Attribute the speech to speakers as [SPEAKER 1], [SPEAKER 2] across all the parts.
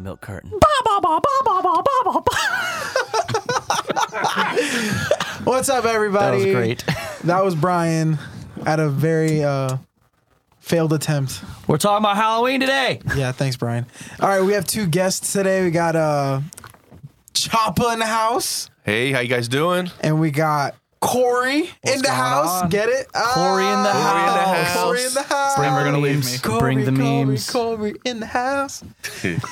[SPEAKER 1] milk carton.
[SPEAKER 2] What's up, everybody?
[SPEAKER 1] great.
[SPEAKER 2] That was Brian at a very uh, failed attempt.
[SPEAKER 1] We're talking about Halloween today.
[SPEAKER 2] Yeah, thanks, Brian. All right, we have two guests today. We got uh, Choppa in the house,
[SPEAKER 3] Hey, how you guys doing?
[SPEAKER 2] and we got Corey in the
[SPEAKER 1] going
[SPEAKER 2] house.
[SPEAKER 1] on?
[SPEAKER 2] Get it?
[SPEAKER 1] Corey in the
[SPEAKER 2] Ah,
[SPEAKER 3] house.
[SPEAKER 2] Corey in the house.
[SPEAKER 1] Bring
[SPEAKER 3] Never
[SPEAKER 1] the
[SPEAKER 3] gonna leave
[SPEAKER 1] memes.
[SPEAKER 3] me.
[SPEAKER 2] Corey,
[SPEAKER 1] Bring the
[SPEAKER 2] Corey,
[SPEAKER 1] memes.
[SPEAKER 2] Corey in the house.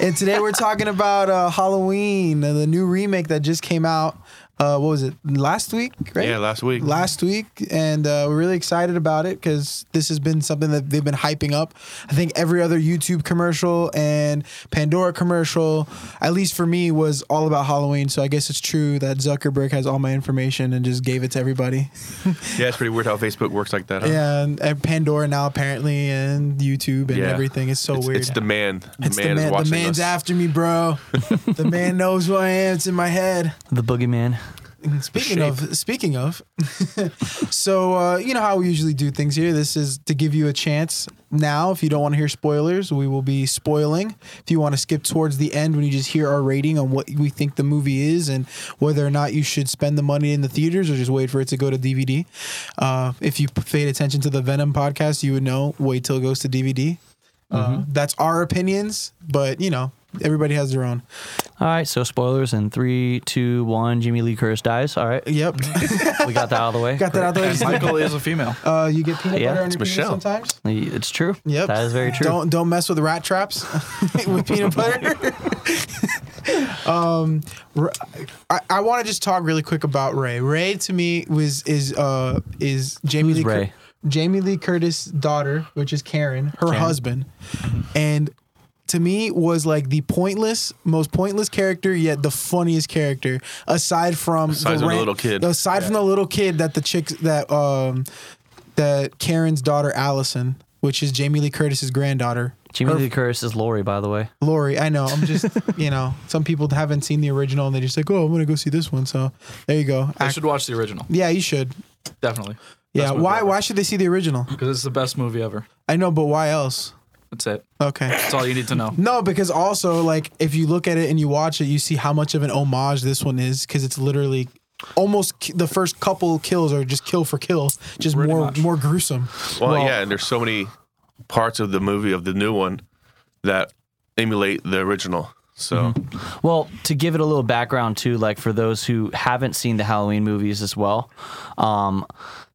[SPEAKER 2] and today we're talking about uh, Halloween, uh, the new remake that just came out. Uh, what was it? Last week, right?
[SPEAKER 3] Yeah, last week.
[SPEAKER 2] Last week, and uh, we're really excited about it because this has been something that they've been hyping up. I think every other YouTube commercial and Pandora commercial, at least for me, was all about Halloween. So I guess it's true that Zuckerberg has all my information and just gave it to everybody.
[SPEAKER 3] yeah, it's pretty weird how Facebook works like that. Huh?
[SPEAKER 2] Yeah, and, and Pandora now apparently, and YouTube and
[SPEAKER 3] Yeah.
[SPEAKER 2] everything. It's so
[SPEAKER 3] it's,
[SPEAKER 2] weird.
[SPEAKER 3] It's the man. The
[SPEAKER 2] It's
[SPEAKER 3] man is
[SPEAKER 2] the man.
[SPEAKER 3] watching
[SPEAKER 2] The man's
[SPEAKER 3] us.
[SPEAKER 2] after me, bro. the man knows who I am. It's in my head.
[SPEAKER 1] The boogeyman.
[SPEAKER 2] Speaking of, speaking of, so uh, you know how we usually do things here. This is to give you a chance now. If you don't want to hear spoilers, we will be spoiling. If you want to skip towards the end when you just hear our rating on what we think the movie is and whether or not you should spend the money in the theaters or just wait for it to go to DVD. Uh, if you paid attention to the Venom podcast, you would know. Wait till it goes to DVD. Uh, that's our opinions, but you know everybody has their own.
[SPEAKER 1] All right, so spoilers in three, two, one. Jimmy Lee Curtis dies. All right,
[SPEAKER 2] Yep,
[SPEAKER 1] we got that out of the way.
[SPEAKER 2] got that out the way. Just-
[SPEAKER 4] Michael is a female.
[SPEAKER 2] Uh, you get peanut
[SPEAKER 1] Yeah,
[SPEAKER 2] butter on
[SPEAKER 1] it's
[SPEAKER 2] your penis
[SPEAKER 3] Michelle.
[SPEAKER 2] sometimes.
[SPEAKER 1] It's true.
[SPEAKER 2] Yep.
[SPEAKER 1] that is very true.
[SPEAKER 2] Don't don't mess with rat traps with peanut butter. um, R- I, I want to just talk really quick about Ray. Ray to me was is uh is Jamie
[SPEAKER 1] Who's
[SPEAKER 2] Lee Cur-
[SPEAKER 1] Ray?
[SPEAKER 2] Jamie Lee Curtis' daughter, which is Karen, her husband, and to me was like the pointless, most pointless character, yet the funniest character, aside from
[SPEAKER 3] Aside from the little kid.
[SPEAKER 2] Aside from the little kid that the chick that um that Karen's daughter Allison, which is Jamie Lee Curtis's granddaughter.
[SPEAKER 1] Jimmy
[SPEAKER 2] Her-
[SPEAKER 1] Lee Curtis is Lori, by the way.
[SPEAKER 2] Lori, I know. I'm just, you know, some people haven't seen the original and they're just like, oh, I'm gonna go see this one. So there you go.
[SPEAKER 4] I
[SPEAKER 2] Act-
[SPEAKER 4] should watch the original.
[SPEAKER 2] yeah, you should.
[SPEAKER 4] Definitely.
[SPEAKER 2] Yeah.
[SPEAKER 4] Best movie
[SPEAKER 2] Why?
[SPEAKER 4] ever.
[SPEAKER 2] Why should they see the original?
[SPEAKER 4] Because it's the best movie ever.
[SPEAKER 2] I know, but why else?
[SPEAKER 4] That's it.
[SPEAKER 2] Okay.
[SPEAKER 4] That's all you need to know.
[SPEAKER 2] No, because also like if you look at it and you watch it, you see how much of an homage this one is because it's literally almost ki- the first couple kills are just kill for kill, just
[SPEAKER 4] Pretty
[SPEAKER 2] more
[SPEAKER 4] much.
[SPEAKER 2] more gruesome.
[SPEAKER 3] Well, yeah, and there's so many parts of the movie of the new one that emulate the original. So
[SPEAKER 2] Mm-hmm.
[SPEAKER 1] Well, to give it a little background too, like for those who haven't seen the Halloween movies as well, um,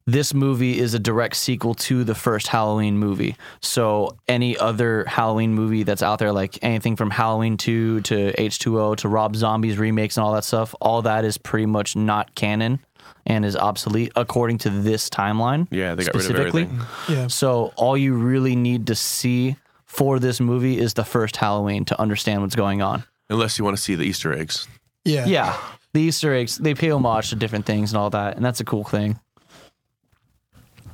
[SPEAKER 1] this movie is a direct sequel to the first Halloween movie. So any other Halloween movie that's out there, like anything from Halloween two to H two O to Rob Zombie's remakes and all that stuff, all that is pretty much not canon and is obsolete according to this timeline.
[SPEAKER 3] Yeah, they got rid of
[SPEAKER 1] specifically.
[SPEAKER 3] everything.
[SPEAKER 2] Yeah.
[SPEAKER 1] So all you really need to see for this movie is the first Halloween to understand what's going on.
[SPEAKER 3] unless you want to see the Easter eggs,
[SPEAKER 2] Yeah.
[SPEAKER 1] Yeah. The Easter eggs, they pay homage to different things and all that, and that's a cool thing.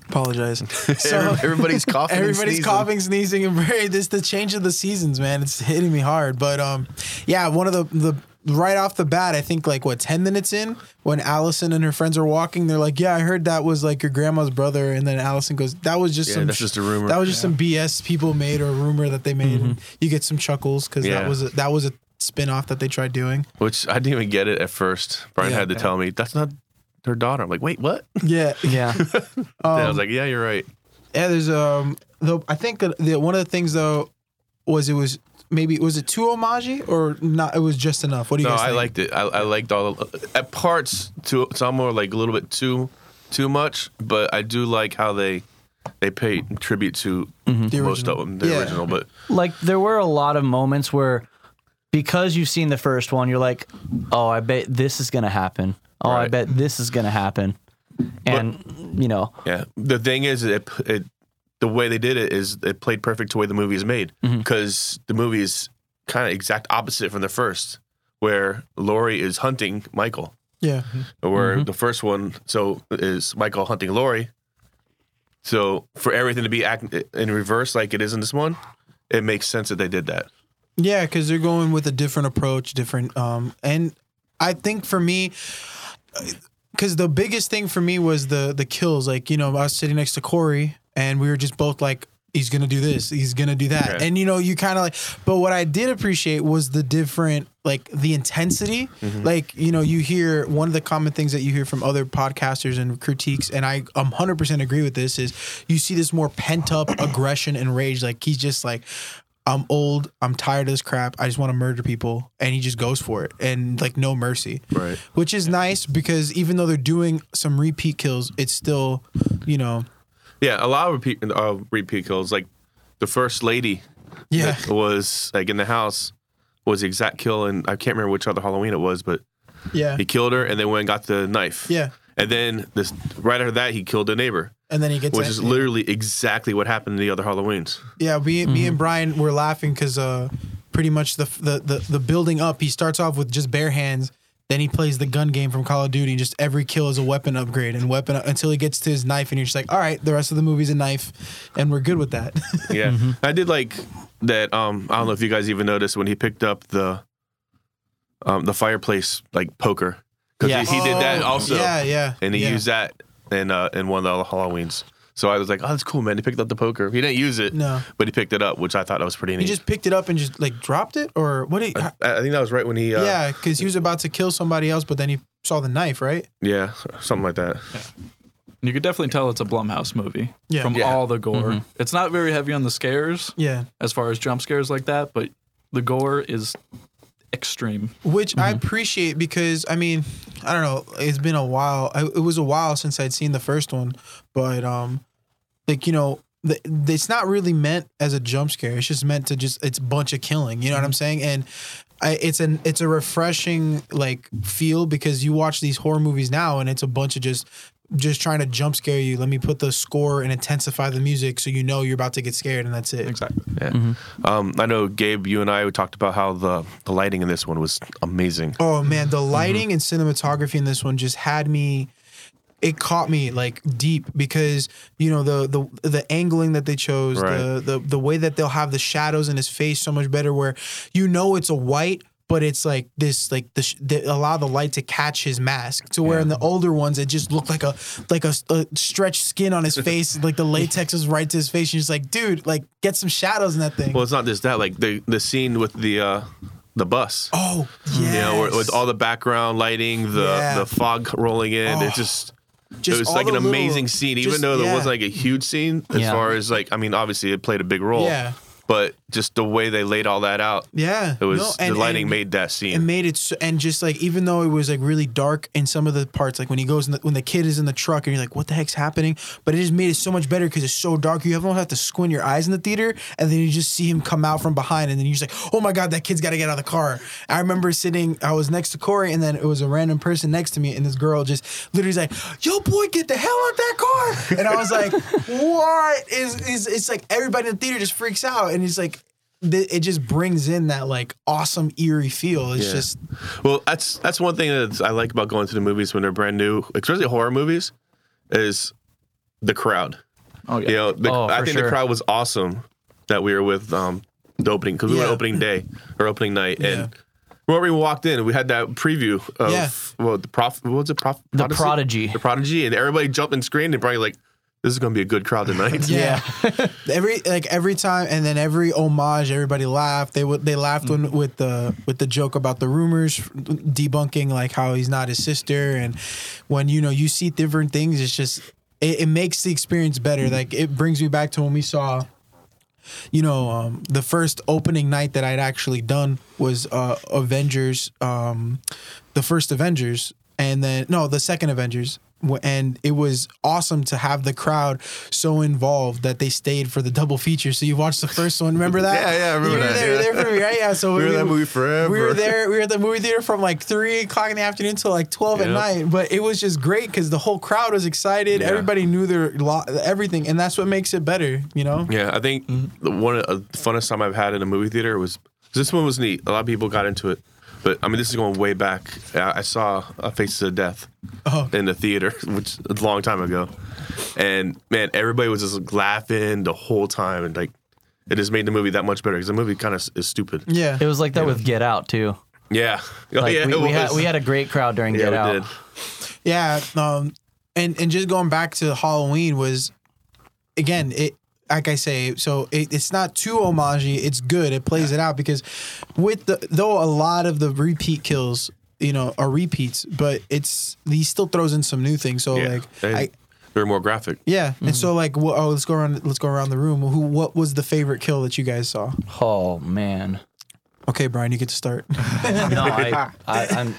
[SPEAKER 2] Apologize. So.
[SPEAKER 3] everybody's coughing.
[SPEAKER 2] Everybody's coughing, sneezing, and very this the change of the seasons, man. It's hitting me hard. But um, yeah, one of the the right off the bat, I think like what ten minutes in, when Allison and her friends are walking, they're like, "Yeah, I heard that was like your grandma's brother," and then Allison goes, "That was just
[SPEAKER 3] Yeah,
[SPEAKER 2] some
[SPEAKER 3] that's just a rumor." Mm-hmm.
[SPEAKER 2] That was just some BS people made or rumor that they made." And you get some chuckles because that
[SPEAKER 3] Yeah.
[SPEAKER 2] was a, that was a spin off that they tried doing.
[SPEAKER 3] Which I didn't even get it at first. Brian
[SPEAKER 2] Yeah.
[SPEAKER 3] had to tell me that's not her daughter. I'm like, wait, what?
[SPEAKER 2] Yeah,
[SPEAKER 1] Yeah.
[SPEAKER 3] and I
[SPEAKER 2] Oh.
[SPEAKER 3] was like, yeah, you're right.
[SPEAKER 2] Yeah, there's um though I think that the, one of the things though was it was maybe was it too homage or not? It was just enough. What do you
[SPEAKER 3] No,
[SPEAKER 2] guys
[SPEAKER 3] I
[SPEAKER 2] think?
[SPEAKER 3] liked it. I, I liked all the, at parts too. Some were like a little bit too too much, but I do like how they they pay tribute to
[SPEAKER 2] The
[SPEAKER 3] most of
[SPEAKER 2] original.
[SPEAKER 3] them, the
[SPEAKER 2] Yeah.
[SPEAKER 3] original. But
[SPEAKER 1] like there were a lot of moments where because you've seen the first one, you're like, Oh, I bet this is gonna happen. Oh, I
[SPEAKER 3] Right.
[SPEAKER 1] bet this is gonna happen. And you know,
[SPEAKER 3] yeah, the thing is, it, it the way they did it is it played perfect to the way the movie is made because the movie is kind of exact opposite from the first, where Laurie is hunting Michael.
[SPEAKER 2] Yeah,
[SPEAKER 3] where
[SPEAKER 2] Mm-hmm.
[SPEAKER 3] the first one so is Michael hunting Lori. So for everything to be act- in reverse like it is in this one, it makes sense that they did that.
[SPEAKER 2] yeah, because they're going with a different approach, different um, and I think for me. Because the biggest thing for me was the the kills. Like you know, I was sitting next to Corey, and we were just both like, he's gonna do this, he's gonna do that,
[SPEAKER 3] Okay.
[SPEAKER 2] and you know you kind of like. But what I did appreciate was the different, like the intensity. Like you know, you hear one of the common things that you hear from other podcasters and critiques, and I 100 percent agree with this. Is you see this more pent up aggression and rage, like he's just like. I'm old. I'm tired of this crap. I just want to murder people, and he just goes for it, and like no mercy
[SPEAKER 3] Right.
[SPEAKER 2] which is nice because even though they're doing some repeat kills, it's still, you know,
[SPEAKER 3] Yeah, a lot of repeat, uh, repeat kills. Like the first lady
[SPEAKER 2] yeah,
[SPEAKER 3] that was like in the house was the exact kill, and I can't remember which other Halloween it was, but
[SPEAKER 2] yeah,
[SPEAKER 3] he killed her and then went and got the knife.
[SPEAKER 2] yeah.
[SPEAKER 3] And then this right after that, he killed a neighbor,
[SPEAKER 2] And then he gets
[SPEAKER 3] which
[SPEAKER 2] that-
[SPEAKER 3] is literally exactly what happened in the other Halloweens.
[SPEAKER 2] yeah. Me, me and Brian were laughing because uh, pretty much the, the the the building up. He starts off with just bare hands. Then he plays the gun game from Call of Duty. And just every kill is a weapon upgrade and weapon until he gets to his knife, and you're just like, all right, the rest of the movie's a knife, and we're good with that.
[SPEAKER 3] Yeah, I did like that. Um, I don't know if you guys even noticed when he picked up the um the fireplace like poker because
[SPEAKER 1] Yes.
[SPEAKER 3] he, he did that
[SPEAKER 2] Oh,
[SPEAKER 3] also.
[SPEAKER 2] Yeah, yeah.
[SPEAKER 3] and he
[SPEAKER 2] yeah.
[SPEAKER 3] used that in uh, in one of the Halloweens. So I was like, "Oh, that's cool, man." He picked up the poker. He didn't use it,
[SPEAKER 2] No.
[SPEAKER 3] but he picked it up, which I thought that was pretty neat.
[SPEAKER 2] He just picked it up and just like dropped it, or what? Did he,
[SPEAKER 3] I I think that was right when he, uh, yeah,
[SPEAKER 2] yeah, because he was about to kill somebody else, but then he saw the knife, right?
[SPEAKER 3] yeah, something like that.
[SPEAKER 4] You could definitely tell it's a Blumhouse movie
[SPEAKER 2] Yeah.
[SPEAKER 4] from
[SPEAKER 3] Yeah. Mm-hmm.
[SPEAKER 4] all the gore. It's not very heavy on the scares
[SPEAKER 2] Yeah.
[SPEAKER 4] as far as jump scares like that, but the gore is extreme.
[SPEAKER 2] which I appreciate because I mean, I don't know. It's been a while. I, it was a while since I'd seen the first one, but um, like you know, the, it's not really meant as a jump scare. It's just meant to just it's a bunch of killing. You know what I'm saying? And I, it's an it's a refreshing like feel because you watch these horror movies now and it's a bunch of just just trying to jump scare you. Let me put the score and intensify the music so you know you're about to get scared and that's it.
[SPEAKER 4] Exactly.
[SPEAKER 3] Yeah, um, I know Gabe, you and I we talked about how the the lighting in this one was amazing.
[SPEAKER 2] Oh man, the
[SPEAKER 3] Mm-hmm.
[SPEAKER 2] lighting and cinematography in this one just had me. It caught me like deep because you know the the the angling that they chose, the,
[SPEAKER 3] Right.
[SPEAKER 2] the the way that they'll have the shadows in his face so much better. Where you know it's a white, but it's like this like the, sh- they allow the light to catch his mask. To where in the older ones it just looked like a like a, s- a stretched skin on his face, like the latex is right to his face. And you're just like, dude, like get some shadows in that thing.
[SPEAKER 3] Well, it's not just that, like the the scene with the uh, the bus,
[SPEAKER 2] oh yeah,
[SPEAKER 3] you know, where, with all the background lighting, the
[SPEAKER 2] Yeah. Oh,
[SPEAKER 3] the fog rolling in, it just
[SPEAKER 2] just
[SPEAKER 3] it was
[SPEAKER 2] all
[SPEAKER 3] like
[SPEAKER 2] the
[SPEAKER 3] an
[SPEAKER 2] little-
[SPEAKER 3] amazing scene, even
[SPEAKER 2] just-
[SPEAKER 3] though there
[SPEAKER 2] yeah.
[SPEAKER 3] wasn't like a huge scene as
[SPEAKER 1] Yeah.
[SPEAKER 3] far as like I mean, obviously it played a big role.
[SPEAKER 2] Yeah.
[SPEAKER 3] But just the way they laid all that out,
[SPEAKER 2] yeah,
[SPEAKER 3] it was
[SPEAKER 2] No,
[SPEAKER 3] the
[SPEAKER 2] and-
[SPEAKER 3] lighting
[SPEAKER 2] and-
[SPEAKER 3] made that
[SPEAKER 2] it
[SPEAKER 3] scene.
[SPEAKER 2] made it so, and just like even though it was like really dark in some of the parts like when he goes in the, when the kid is in the truck and you're like what the heck's happening but it just made it so much better because it's so dark you don't have to squint your eyes in the theater and then you just see him come out from behind and then you're just like oh my god that kid's got to get out of the car i remember sitting i was next to corey and then it was a random person next to me and this girl just literally was like yo boy get the hell out that car and i was like what is, is it's like everybody in the theater just freaks out and it's like th- it just brings in that like awesome eerie feel. It's
[SPEAKER 3] Yeah.
[SPEAKER 2] just
[SPEAKER 3] Well, that's that's one thing that I like about going to the movies when they're brand new, especially horror movies, is the crowd.
[SPEAKER 4] Oh yeah.
[SPEAKER 3] You know, the,
[SPEAKER 1] Oh,
[SPEAKER 3] I
[SPEAKER 1] for
[SPEAKER 3] think the
[SPEAKER 1] sure.
[SPEAKER 3] crowd was awesome that we were with um, the opening because we went
[SPEAKER 2] Yeah.
[SPEAKER 3] opening day or opening night, and whenever we walked in, we had that preview of
[SPEAKER 2] Yeah.
[SPEAKER 3] well, the prof, what was it, prof,
[SPEAKER 1] The Prodigy.
[SPEAKER 3] the prodigy, and everybody jumped and screamed and probably like, this is gonna be a good crowd tonight.
[SPEAKER 2] yeah. every like every time, and then every homage, everybody laughed. They would they laughed when with the with the joke about the rumors debunking like how he's not his sister, and when you know you see different things, it's just. It, it makes the experience better. Like it brings me back to when we saw you know, um, the first opening night that I'd actually done was uh, Avengers, um, the first Avengers, and then no, the second Avengers. W- And it was awesome to have the crowd so involved that they stayed for the double feature. So you watched the first one, remember that?
[SPEAKER 3] Yeah, yeah, I remember
[SPEAKER 2] you were
[SPEAKER 3] that,
[SPEAKER 2] There,
[SPEAKER 3] yeah.
[SPEAKER 2] there for me, right? Yeah, so
[SPEAKER 3] We were in that movie forever.
[SPEAKER 2] We were there. We were at the movie theater from like three o'clock in the afternoon till like twelve at
[SPEAKER 3] Yep.
[SPEAKER 2] night. But it was just great because the whole crowd was excited.
[SPEAKER 3] Yeah.
[SPEAKER 2] Everybody knew their lo- everything, and that's what makes it better. You know?
[SPEAKER 3] Yeah, I think
[SPEAKER 1] Mm-hmm.
[SPEAKER 3] the one of the funnest time I've had in a movie theater was this one was neat. A lot of people got into it, but I mean, this is going way back. I I saw uh, Faces of Death
[SPEAKER 2] Oh.
[SPEAKER 3] in the theater, which is a long time ago, and man, everybody was just laughing the whole time, and like it just made the movie that much better because the movie kind of is stupid.
[SPEAKER 2] Yeah.
[SPEAKER 1] It was like that with Get Out too.
[SPEAKER 3] Yeah, Oh,
[SPEAKER 1] Like
[SPEAKER 3] yeah,
[SPEAKER 1] we,
[SPEAKER 3] it
[SPEAKER 1] we had
[SPEAKER 3] was.
[SPEAKER 1] we had a great crowd during
[SPEAKER 3] yeah,
[SPEAKER 1] Get
[SPEAKER 3] we
[SPEAKER 1] Out.
[SPEAKER 3] did.
[SPEAKER 2] Yeah, um, and and just going back to Halloween was, again, it like I say, so it, it's not too homagey. It's good. It plays it out because with the though a lot of the repeat kills, you know, are repeats, but it's he still throws in some new things. So
[SPEAKER 3] Yeah.
[SPEAKER 2] like
[SPEAKER 3] they,
[SPEAKER 2] I.
[SPEAKER 3] they're more graphic.
[SPEAKER 2] Yeah, and so like, wh- oh, let's go around. Let's go around the room. Who? What was the favorite kill that you guys saw?
[SPEAKER 1] Oh man.
[SPEAKER 2] Okay, Brian, you get to start.
[SPEAKER 1] No, I, I I'm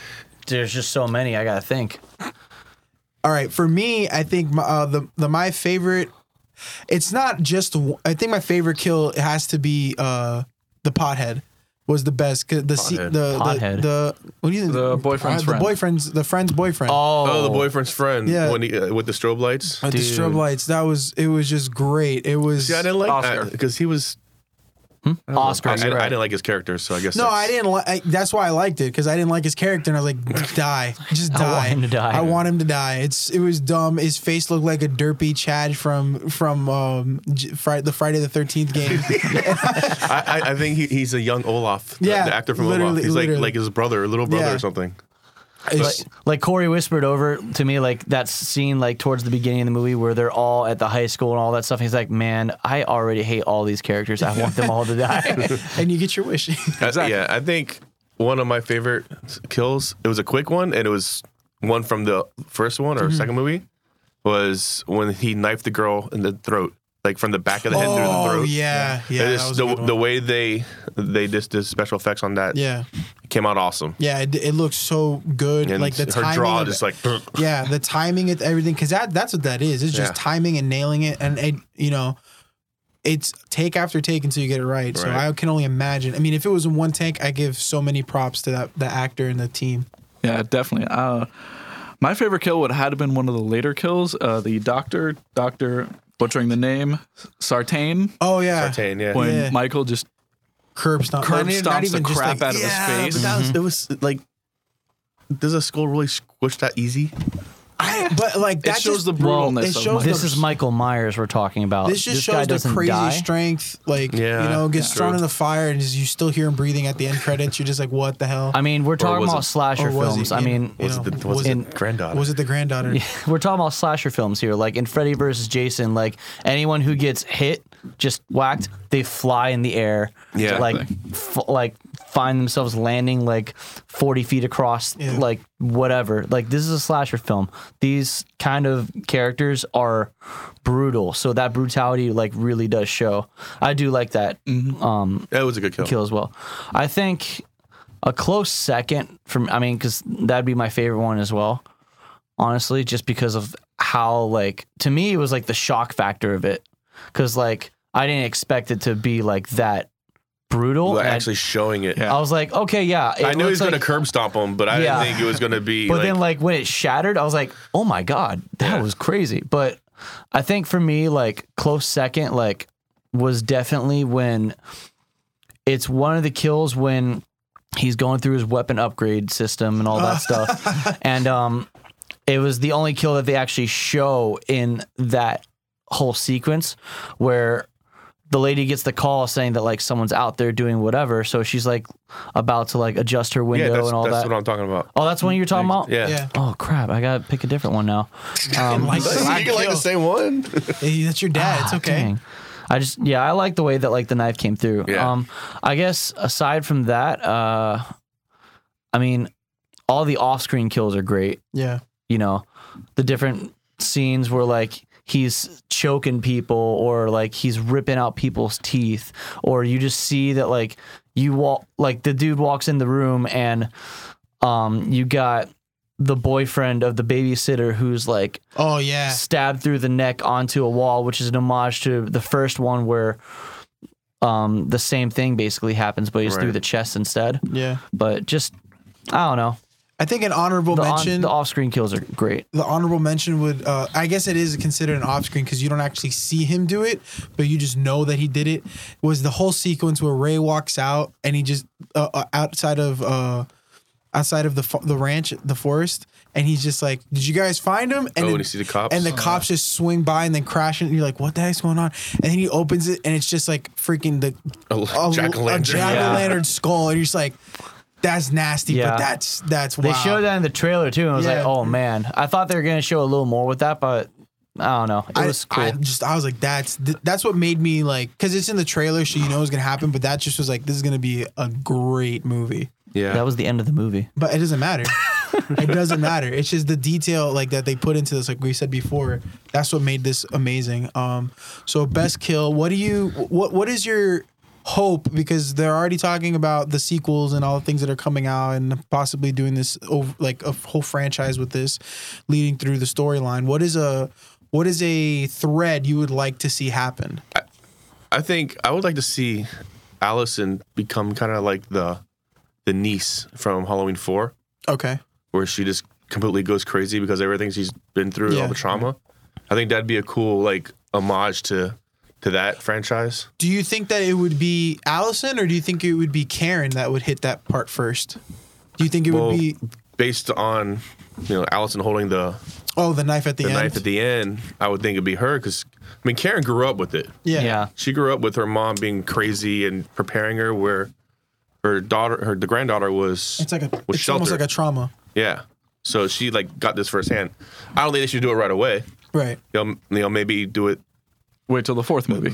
[SPEAKER 1] there's just so many I gotta think.
[SPEAKER 2] All right, for me, I think my, uh, the the my favorite. It's not just. one- I think my favorite kill has to be uh, the pothead was the best. 'Cause The se-
[SPEAKER 3] Pothead.
[SPEAKER 2] the,
[SPEAKER 1] Pothead.
[SPEAKER 2] the the what do you think?
[SPEAKER 4] The boyfriend's
[SPEAKER 2] uh,
[SPEAKER 4] friend.
[SPEAKER 2] The boyfriend's the friend's boyfriend.
[SPEAKER 1] Oh,
[SPEAKER 3] Oh, the boyfriend's friend
[SPEAKER 2] Yeah.
[SPEAKER 3] when he, uh, with the strobe lights.
[SPEAKER 2] With the
[SPEAKER 1] dude.
[SPEAKER 2] strobe lights. That was it. Was just great. It was.
[SPEAKER 3] See, I didn't like
[SPEAKER 4] Oscar.
[SPEAKER 3] that because he was.
[SPEAKER 1] Oscar.
[SPEAKER 3] I, I- I didn't like his character, so I guess.
[SPEAKER 2] No, I
[SPEAKER 3] that's-
[SPEAKER 2] didn't like. That's why I liked it because I didn't like his character, and I was like, die, just
[SPEAKER 1] I
[SPEAKER 2] die.
[SPEAKER 1] want him to die.
[SPEAKER 2] I want him to die. It's it was dumb. His face looked like a derpy Chad from from um, J- Fri- the Friday the Thirteenth game.
[SPEAKER 3] I, I, I think he, he's a young Olaf, the,
[SPEAKER 2] Yeah,
[SPEAKER 3] the actor from Olaf.
[SPEAKER 2] literally-
[SPEAKER 3] He's like
[SPEAKER 2] literally.
[SPEAKER 3] like his brother, little brother
[SPEAKER 2] Yeah.
[SPEAKER 3] or something.
[SPEAKER 1] like,
[SPEAKER 2] It's-
[SPEAKER 1] like Corey whispered over to me, like that scene, like towards the beginning of the movie where they're all at the high school and all that stuff. He's like, man, I already hate all these characters. I want them all to die.
[SPEAKER 2] and you get your wish.
[SPEAKER 3] I- Uh, yeah, I think one of my favorite kills. It was a quick one, and it was one from the first one
[SPEAKER 2] Mm-hmm.
[SPEAKER 3] or second movie. Was when he knifed the girl in the throat, like from the back of the head
[SPEAKER 2] oh
[SPEAKER 3] through the throat.
[SPEAKER 2] yeah, yeah.
[SPEAKER 3] It
[SPEAKER 2] that
[SPEAKER 3] is-
[SPEAKER 2] was a
[SPEAKER 3] the,
[SPEAKER 2] good one.
[SPEAKER 3] the way they they just did special effects on that
[SPEAKER 2] yeah,
[SPEAKER 3] came out awesome.
[SPEAKER 2] yeah. It, it looks so good.
[SPEAKER 3] And
[SPEAKER 2] like the
[SPEAKER 3] her
[SPEAKER 2] timing
[SPEAKER 3] draw
[SPEAKER 2] of
[SPEAKER 3] just
[SPEAKER 2] it.
[SPEAKER 3] like
[SPEAKER 2] yeah, the timing of everything because that that's what that is. It's just
[SPEAKER 3] Yeah.
[SPEAKER 2] timing and nailing it, and it, you know, it's take after take until you get it right. So
[SPEAKER 3] Right.
[SPEAKER 2] I can only imagine. I mean, if it was in one tank, I give so many props to that the actor and the team.
[SPEAKER 4] Yeah, definitely. Uh, my favorite kill would have had been one of the later kills. Uh, the doctor, doctor butchering the name, Sartain,
[SPEAKER 2] Oh yeah,
[SPEAKER 3] Sartain, yeah.
[SPEAKER 4] when
[SPEAKER 2] Yeah.
[SPEAKER 4] Michael just
[SPEAKER 2] curb stomp,
[SPEAKER 4] Curb
[SPEAKER 2] Not even- not
[SPEAKER 4] stomps the
[SPEAKER 2] even just
[SPEAKER 4] crap out of his
[SPEAKER 2] yeah,
[SPEAKER 4] face.
[SPEAKER 2] but that
[SPEAKER 3] That
[SPEAKER 2] was-
[SPEAKER 3] was- it
[SPEAKER 1] Mm-hmm.
[SPEAKER 3] was like, does a skull really squish that easy?
[SPEAKER 2] I- but like that
[SPEAKER 4] it shows
[SPEAKER 2] just-
[SPEAKER 4] the brutalness.
[SPEAKER 2] it
[SPEAKER 4] of
[SPEAKER 2] shows
[SPEAKER 4] Michael.
[SPEAKER 1] this is Michael Myers we're talking about.
[SPEAKER 2] This just
[SPEAKER 1] Uh, guy
[SPEAKER 2] shows the
[SPEAKER 1] doesn't
[SPEAKER 2] crazy
[SPEAKER 1] die.
[SPEAKER 2] strength, like
[SPEAKER 3] Yeah,
[SPEAKER 2] you know, gets
[SPEAKER 3] yeah.
[SPEAKER 2] thrown
[SPEAKER 3] True.
[SPEAKER 2] in the fire, and just, you still hear him breathing at the end credits. You're just like, what the hell?
[SPEAKER 1] I mean, we're talking
[SPEAKER 3] was
[SPEAKER 1] about
[SPEAKER 3] it-
[SPEAKER 1] slasher
[SPEAKER 2] Or was it,
[SPEAKER 1] films. I
[SPEAKER 2] you know,
[SPEAKER 1] mean,
[SPEAKER 2] you
[SPEAKER 3] Was it
[SPEAKER 2] know,
[SPEAKER 3] the, was it
[SPEAKER 1] in-
[SPEAKER 3] granddaughter?
[SPEAKER 2] was it the granddaughter?
[SPEAKER 1] we're talking about slasher films here. Like in Freddy versus Jason, like anyone who gets hit, just whacked, they fly in the air.
[SPEAKER 3] Yeah.
[SPEAKER 1] like f- like find themselves landing like forty feet across,
[SPEAKER 2] Yeah.
[SPEAKER 1] like whatever. Like this is a slasher film. These kind of characters are brutal, so that brutality like really does show. I do like that
[SPEAKER 3] that was a good kill.
[SPEAKER 1] kill as well. I think a close second from I mean cuz that'd be my favorite one as well. Honestly, just because of how like to me it was like the shock factor of it cuz like I didn't expect it to be like that brutal.
[SPEAKER 3] Like,
[SPEAKER 1] and I-
[SPEAKER 3] actually showing it.
[SPEAKER 1] I was like, okay, yeah. it
[SPEAKER 3] I knew he was
[SPEAKER 1] looks like-
[SPEAKER 3] going to curb stomp him, but I
[SPEAKER 1] Yeah.
[SPEAKER 3] didn't think it was going to be.
[SPEAKER 1] but
[SPEAKER 3] like,
[SPEAKER 1] then like when it shattered, I was like, oh my god, that was crazy. But I think for me, like close second, like was definitely when it's one of the kills when he's going through his weapon upgrade system and all that stuff, and um, it was the only kill that they actually show in that whole sequence where the lady gets the call saying that like someone's out there doing whatever so she's like about to like adjust her
[SPEAKER 3] yeah,
[SPEAKER 1] window
[SPEAKER 3] that's,
[SPEAKER 1] and all
[SPEAKER 3] that's
[SPEAKER 1] that
[SPEAKER 3] what I'm talking about.
[SPEAKER 1] Oh, that's one you're talking about.
[SPEAKER 3] Yeah.
[SPEAKER 2] yeah,
[SPEAKER 1] Oh crap! I gotta pick a different one now. Um,
[SPEAKER 2] like,
[SPEAKER 3] you can like the same one.
[SPEAKER 2] Hey, that's your dad. it's
[SPEAKER 1] ah,
[SPEAKER 2] okay.
[SPEAKER 1] dang. I just yeah, I like the way that like the knife came through.
[SPEAKER 3] Yeah.
[SPEAKER 1] Um, I guess aside from that, uh, I mean, all the off-screen kills are great.
[SPEAKER 2] Yeah.
[SPEAKER 1] You know, the different scenes where like he's choking people or like he's ripping out people's teeth, or you just see that like you walk like the dude walks in the room and um you got the boyfriend of the babysitter who's like
[SPEAKER 2] Oh yeah.
[SPEAKER 1] stabbed through the neck onto a wall, which is an homage to the first one where um, the same thing basically happens, but he's through
[SPEAKER 3] Right.
[SPEAKER 1] the chest instead.
[SPEAKER 2] Yeah.
[SPEAKER 1] But just, I don't know.
[SPEAKER 2] I think an honorable
[SPEAKER 1] The, on,
[SPEAKER 2] mention.
[SPEAKER 1] the off-screen kills are great.
[SPEAKER 2] the honorable mention would. Uh, I guess it is considered an off screen because you don't actually see him do it, but you just know that he did it. Was the whole sequence where Ray walks out and he just uh, uh, outside of uh, outside of the fo- the ranch, the forest, and he's just like, "Did you guys find him?" And
[SPEAKER 3] Oh,
[SPEAKER 2] then-
[SPEAKER 3] and you see the cops?
[SPEAKER 2] and the
[SPEAKER 1] Uh-huh.
[SPEAKER 2] cops just swing by and then crash it. And you're like, "What the heck's going on?" And then he opens it, and it's just like freaking the
[SPEAKER 3] A jack-o'-lantern.
[SPEAKER 2] jack-o'-lantern skull, and you're just like. That's nasty,
[SPEAKER 1] Yeah.
[SPEAKER 2] but that's that's
[SPEAKER 1] They
[SPEAKER 2] wow.
[SPEAKER 1] showed that in the trailer too, and I was
[SPEAKER 2] Yeah.
[SPEAKER 1] like, oh man. I thought they were going to show a little more with that, but I don't know. It
[SPEAKER 2] I,
[SPEAKER 1] was cool.
[SPEAKER 2] I just I was like that's th- that's what made me like because it's in the trailer so you know it's gonna happen but that just was like this is gonna be a great movie
[SPEAKER 3] Yeah.
[SPEAKER 1] that was the end of the movie.
[SPEAKER 2] but it doesn't matter it doesn't matter it's just the detail like that they put into this like we said before that's what made this amazing um so best kill what do you what what is your hope because they're already talking about the sequels and all the things that are coming out and possibly doing this over like a whole franchise with this leading through the storyline what is a what is a thread you would like to see happen
[SPEAKER 3] I think I would like to see Allison become kind of like the the niece from Halloween Four,
[SPEAKER 2] okay
[SPEAKER 3] where she just completely goes crazy because everything she's been through,
[SPEAKER 2] Yeah.
[SPEAKER 3] all the trauma. I think that'd be a cool like homage to to that franchise.
[SPEAKER 2] Do you think that it would be Allison or do you think it would be Karen that would hit that part first? Do you think it
[SPEAKER 3] Well,
[SPEAKER 2] would be
[SPEAKER 3] based on you know Allison holding the,
[SPEAKER 2] oh the knife at the,
[SPEAKER 3] the
[SPEAKER 2] end?
[SPEAKER 3] knife at the end, I would think it'd be her because I mean Karen grew up with it.
[SPEAKER 2] yeah.
[SPEAKER 1] yeah.
[SPEAKER 3] She grew up with her mom being crazy and preparing her where her daughter her the granddaughter was
[SPEAKER 2] It's like a
[SPEAKER 3] was
[SPEAKER 2] it's almost
[SPEAKER 3] sheltered.
[SPEAKER 2] like a trauma.
[SPEAKER 3] Yeah. So she like got this firsthand. I don't think they should do it right away.
[SPEAKER 2] Right.
[SPEAKER 3] You know, m- you know maybe do it.
[SPEAKER 4] Wait till the fourth movie.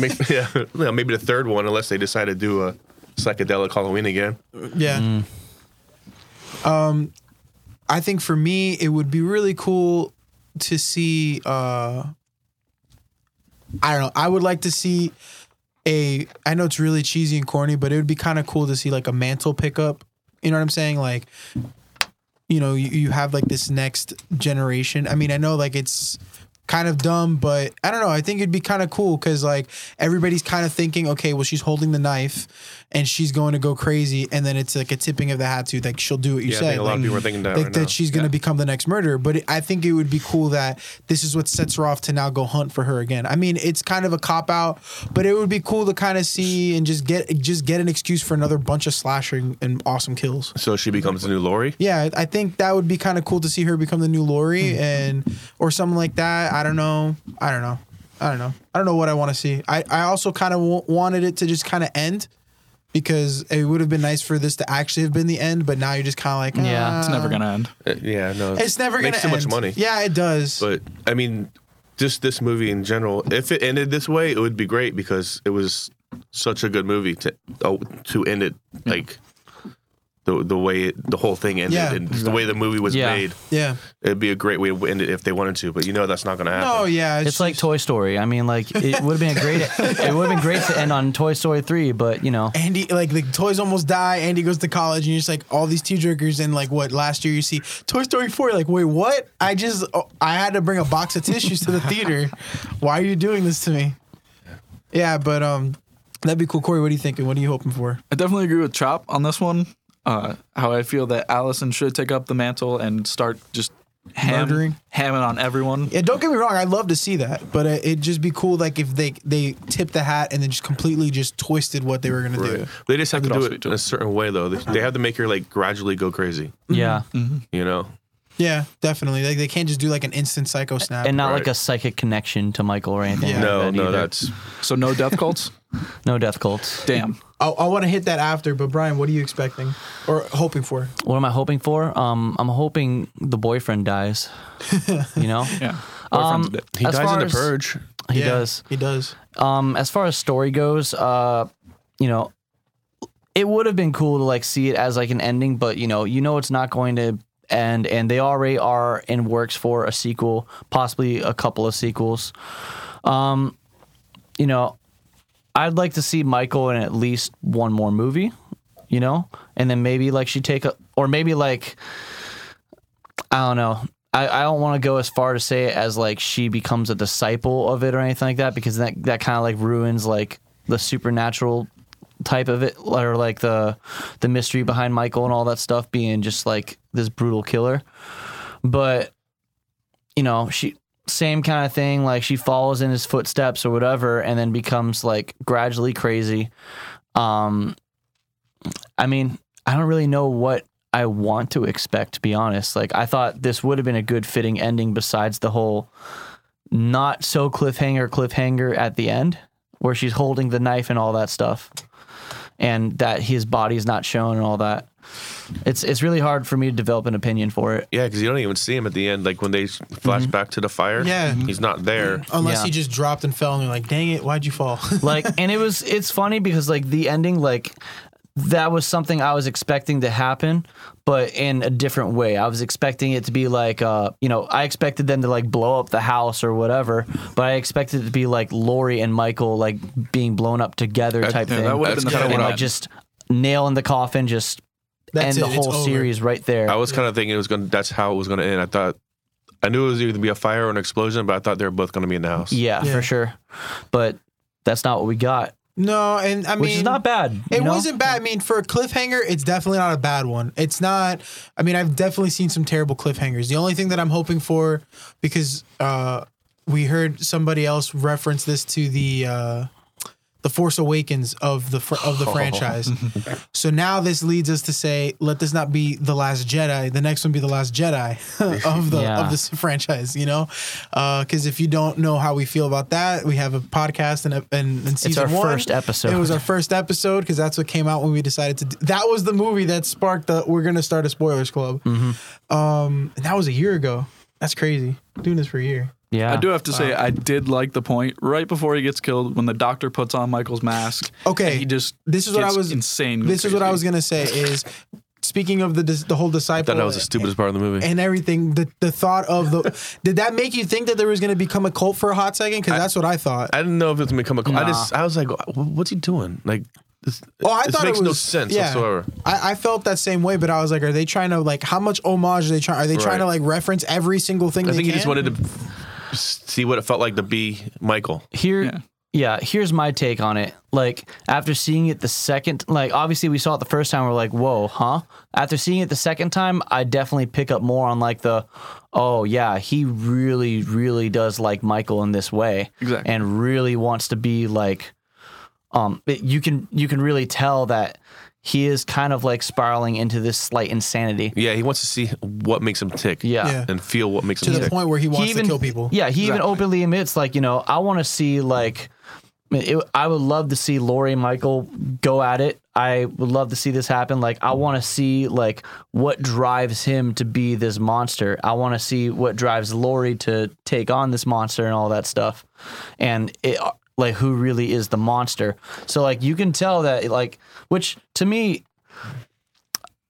[SPEAKER 3] Make, yeah, you know, maybe the third one, unless they decide to do a psychedelic Halloween again.
[SPEAKER 2] Yeah. Um I think for me it would be really cool to see uh I don't know. I would like to see a I know it's really cheesy and corny, but it would be kind of cool to see like a mantle pickup. You know what I'm saying? Like you know, you, you have like this next generation. I mean, I know like it's kind of dumb, but I don't know. I think it'd be kind of cool because like everybody's kind of thinking, okay, well, she's holding the knife and she's going to go crazy. And then it's like a tipping of the hat to like, she'll do what you
[SPEAKER 3] Yeah, I
[SPEAKER 2] said.
[SPEAKER 3] think a lot
[SPEAKER 2] like,
[SPEAKER 3] of people are thinking that
[SPEAKER 2] like
[SPEAKER 3] right
[SPEAKER 2] that
[SPEAKER 3] now.
[SPEAKER 2] she's going to become the next murderer. But it, I think it would be cool that this is what sets her off to now go hunt for her again. I mean, it's kind of a cop out, but it would be cool to kind of see and just get just get an excuse for another bunch of slasher and, and awesome kills.
[SPEAKER 3] So she becomes the new Lori.
[SPEAKER 2] Yeah, I think that would be kind of cool to see her become the new
[SPEAKER 3] Mm-hmm.
[SPEAKER 2] Lori and or something like that. I don't know. I don't know. I don't know. I don't know what I want to see. I, I also kind of w- wanted it to just kind of end because it would have been nice for this to actually have been the end, but now you're just kind of like,
[SPEAKER 1] Yeah,
[SPEAKER 4] It's never
[SPEAKER 2] "Ah."
[SPEAKER 4] gonna end.
[SPEAKER 3] Uh, Yeah, no.
[SPEAKER 2] It's never gonna
[SPEAKER 3] makes too much
[SPEAKER 2] end.
[SPEAKER 3] money.
[SPEAKER 2] Yeah, it does.
[SPEAKER 3] But I mean, just this movie in general. If it ended this way, it would be great because it was such a good movie to oh, to end it like the the way it, the whole thing ended
[SPEAKER 2] Yeah.
[SPEAKER 3] and just the way the movie was
[SPEAKER 1] Yeah.
[SPEAKER 3] made.
[SPEAKER 2] yeah.
[SPEAKER 3] It'd be a great way to end it if they wanted to, but you know that's not going to happen.
[SPEAKER 2] Oh yeah.
[SPEAKER 1] It's like Toy Story. I mean, like it would have been a great. it would have been great to end on Toy Story three, but you know,
[SPEAKER 2] Andy, like the toys almost die. Andy goes to college, and you're just like all these tearjerkers. And like what last year you see Toy Story four, you're like wait what? I just oh, I had to bring a box of tissues to the theater. Why are you doing this to me? Yeah, but um, that'd be cool, Corey. What are you thinking? What are you hoping for?
[SPEAKER 4] I definitely agree with Chop on this one. Uh, how I feel that Allison should take up the mantle and start just ham-
[SPEAKER 2] Murdering?
[SPEAKER 4] hamming on everyone.
[SPEAKER 2] Yeah, don't get me wrong. I'd love to see that, but uh, it'd just be cool like if they they tipped the hat and then just completely just twisted what they were gonna do.
[SPEAKER 3] They just have to
[SPEAKER 4] could
[SPEAKER 3] do
[SPEAKER 4] also be
[SPEAKER 3] it
[SPEAKER 4] too.
[SPEAKER 3] in a certain way, though. They, they have to make her like gradually go crazy,
[SPEAKER 1] yeah,
[SPEAKER 2] Mm-hmm.
[SPEAKER 3] you know.
[SPEAKER 2] Yeah, definitely. Like they can't just do like an instant psycho snap.
[SPEAKER 1] and not like
[SPEAKER 3] Right.
[SPEAKER 1] a psychic connection to Michael or anything.
[SPEAKER 2] Yeah.
[SPEAKER 1] like
[SPEAKER 3] No,
[SPEAKER 1] that
[SPEAKER 3] no,
[SPEAKER 1] either.
[SPEAKER 3] Oh, that's
[SPEAKER 4] So no death cults.
[SPEAKER 1] no death cults.
[SPEAKER 4] Damn.
[SPEAKER 2] I, I want to hit that after, but Brian, what are you expecting or hoping for?
[SPEAKER 1] What am I hoping for? Um, I'm hoping the boyfriend dies. You know,
[SPEAKER 4] Yeah.
[SPEAKER 1] Um,
[SPEAKER 4] Boyfriend's dead.
[SPEAKER 3] he
[SPEAKER 1] As
[SPEAKER 3] dies in
[SPEAKER 1] far
[SPEAKER 3] the
[SPEAKER 1] as-
[SPEAKER 3] purge.
[SPEAKER 1] he
[SPEAKER 2] Yeah,
[SPEAKER 1] does.
[SPEAKER 2] He does.
[SPEAKER 1] Um, as far as story goes, uh, you know, it would have been cool to like see it as like an ending, but you know, you know, it's not going to end, and they already are in works for a sequel, possibly a couple of sequels. Um, you know, I'd like to see Michael in at least one more movie, you know, and then maybe like she take a, or maybe like, I don't know. I, I don't want to go as far to say it as like she becomes a disciple of it or anything like that because that that kind of like ruins like the supernatural type of it or like the the mystery behind Michael and all that stuff being just like this brutal killer. But you know, she same kind of thing like she follows in his footsteps or whatever and then becomes like gradually crazy. Um I mean, I don't really know what I want to expect, to be honest. Like, I thought this would have been a good fitting ending besides the whole not so cliffhanger, cliffhanger at the end where she's holding the knife and all that stuff and that his body's not shown and all that. It's it's really hard for me to develop an opinion for it.
[SPEAKER 3] Yeah, because you don't even see him at the end. Like when they flash back to the fire,
[SPEAKER 2] Yeah.
[SPEAKER 3] he's not there.
[SPEAKER 2] Unless
[SPEAKER 1] Yeah.
[SPEAKER 2] he just dropped and fell, and you're like, "Dang it, why'd you fall?"
[SPEAKER 1] like and it was it's funny because like the ending like that was something i was expecting to happen but in a different way i was expecting it to be like uh you know i expected them to like blow up the house or whatever but i expected it to be like lori and michael like being blown up together type
[SPEAKER 4] yeah,
[SPEAKER 1] thing
[SPEAKER 4] that would've
[SPEAKER 3] That's
[SPEAKER 4] been the
[SPEAKER 3] kinda
[SPEAKER 1] and
[SPEAKER 3] what
[SPEAKER 4] final
[SPEAKER 3] I-
[SPEAKER 1] like just nail in the coffin just
[SPEAKER 2] That's
[SPEAKER 1] end
[SPEAKER 2] it,
[SPEAKER 1] the
[SPEAKER 2] it's
[SPEAKER 1] whole
[SPEAKER 2] over.
[SPEAKER 1] series right there
[SPEAKER 3] I was kind of thinking it was going. to That's how it was going to end. I thought, I knew it was either going to be a fire or an explosion, but I thought they were both going to be in the house.
[SPEAKER 1] yeah,
[SPEAKER 2] Yeah.
[SPEAKER 1] for sure but that's not what we got
[SPEAKER 2] No, and I mean,
[SPEAKER 1] which is not bad you
[SPEAKER 2] It
[SPEAKER 1] know?
[SPEAKER 2] wasn't bad. I mean, for a cliffhanger, it's definitely not a bad one. It's not. I mean, I've definitely seen some terrible cliffhangers. The only thing that I'm hoping for, because uh, we heard somebody else reference this to the uh, the Force Awakens of the fr- of the franchise. so now this leads us to say, let this not be the last Jedi. The next one be the last Jedi of the
[SPEAKER 1] Yeah.
[SPEAKER 2] of this franchise. You know, because if you don't know how we feel about that, we have a podcast and and, and season
[SPEAKER 1] our
[SPEAKER 2] one.
[SPEAKER 1] first episode.
[SPEAKER 2] It was our first episode because that's what came out when we decided to. Do, that was the movie that sparked the we're gonna start a spoilers club. Um, and that was a year ago. That's crazy. Doing this for a year.
[SPEAKER 1] yeah
[SPEAKER 4] I do have to say, I did like the point right before he gets killed when the doctor puts on Michael's mask.
[SPEAKER 2] Okay,
[SPEAKER 4] and he just
[SPEAKER 2] This is what I
[SPEAKER 4] gets
[SPEAKER 2] was
[SPEAKER 4] insane.
[SPEAKER 2] This is what I
[SPEAKER 4] crazy.
[SPEAKER 2] was gonna say is speaking of the dis- the whole
[SPEAKER 3] I
[SPEAKER 2] disciple.
[SPEAKER 3] thought that was the stupidest part of the movie.
[SPEAKER 2] and everything, the, the thought of the did that make you think that there was going to become a cult for a hot second? Because that's what I thought.
[SPEAKER 3] I didn't know if it was going to become a. I just, I was like, "Wh- what's he doing? Like, this,
[SPEAKER 2] Well, I
[SPEAKER 3] this
[SPEAKER 2] thought
[SPEAKER 3] makes
[SPEAKER 2] it was,
[SPEAKER 3] no sense
[SPEAKER 2] yeah.
[SPEAKER 3] whatsoever.
[SPEAKER 2] I, I felt that same way, but I was like, are they trying to like how much homage are they trying? Are they trying
[SPEAKER 3] Right.
[SPEAKER 2] to like reference every single thing?
[SPEAKER 3] I
[SPEAKER 2] they
[SPEAKER 3] think he just
[SPEAKER 2] can?
[SPEAKER 3] wanted to see what it felt like to be Michael.
[SPEAKER 1] here
[SPEAKER 4] Yeah.
[SPEAKER 1] yeah. here's my take on it like after seeing it the second like obviously we saw it the first time we're like whoa huh after seeing it the second time i definitely pick up more on like the oh yeah he really really does like michael in this way
[SPEAKER 4] Exactly.
[SPEAKER 1] and really wants to be like um it- you can you can really tell that he is kind of like spiraling into this slight insanity
[SPEAKER 3] Yeah, he wants to see what makes him tick.
[SPEAKER 1] Yeah.
[SPEAKER 2] Yeah.
[SPEAKER 3] and feel what makes
[SPEAKER 2] to
[SPEAKER 3] him
[SPEAKER 2] the
[SPEAKER 3] tick.
[SPEAKER 2] point where he wants to kill people.
[SPEAKER 1] Yeah, he even
[SPEAKER 4] Exactly.
[SPEAKER 1] openly admits, like, you know, I want to see, like, I mean, it- I would love to see Lori and Michael go at it. I would love to see this happen. Like, I want to see, like, what drives him to be this monster. I want to see what drives Lori to take on this monster and all that stuff. And it, like, who really is the monster. So, like, you can tell that, like, which to me,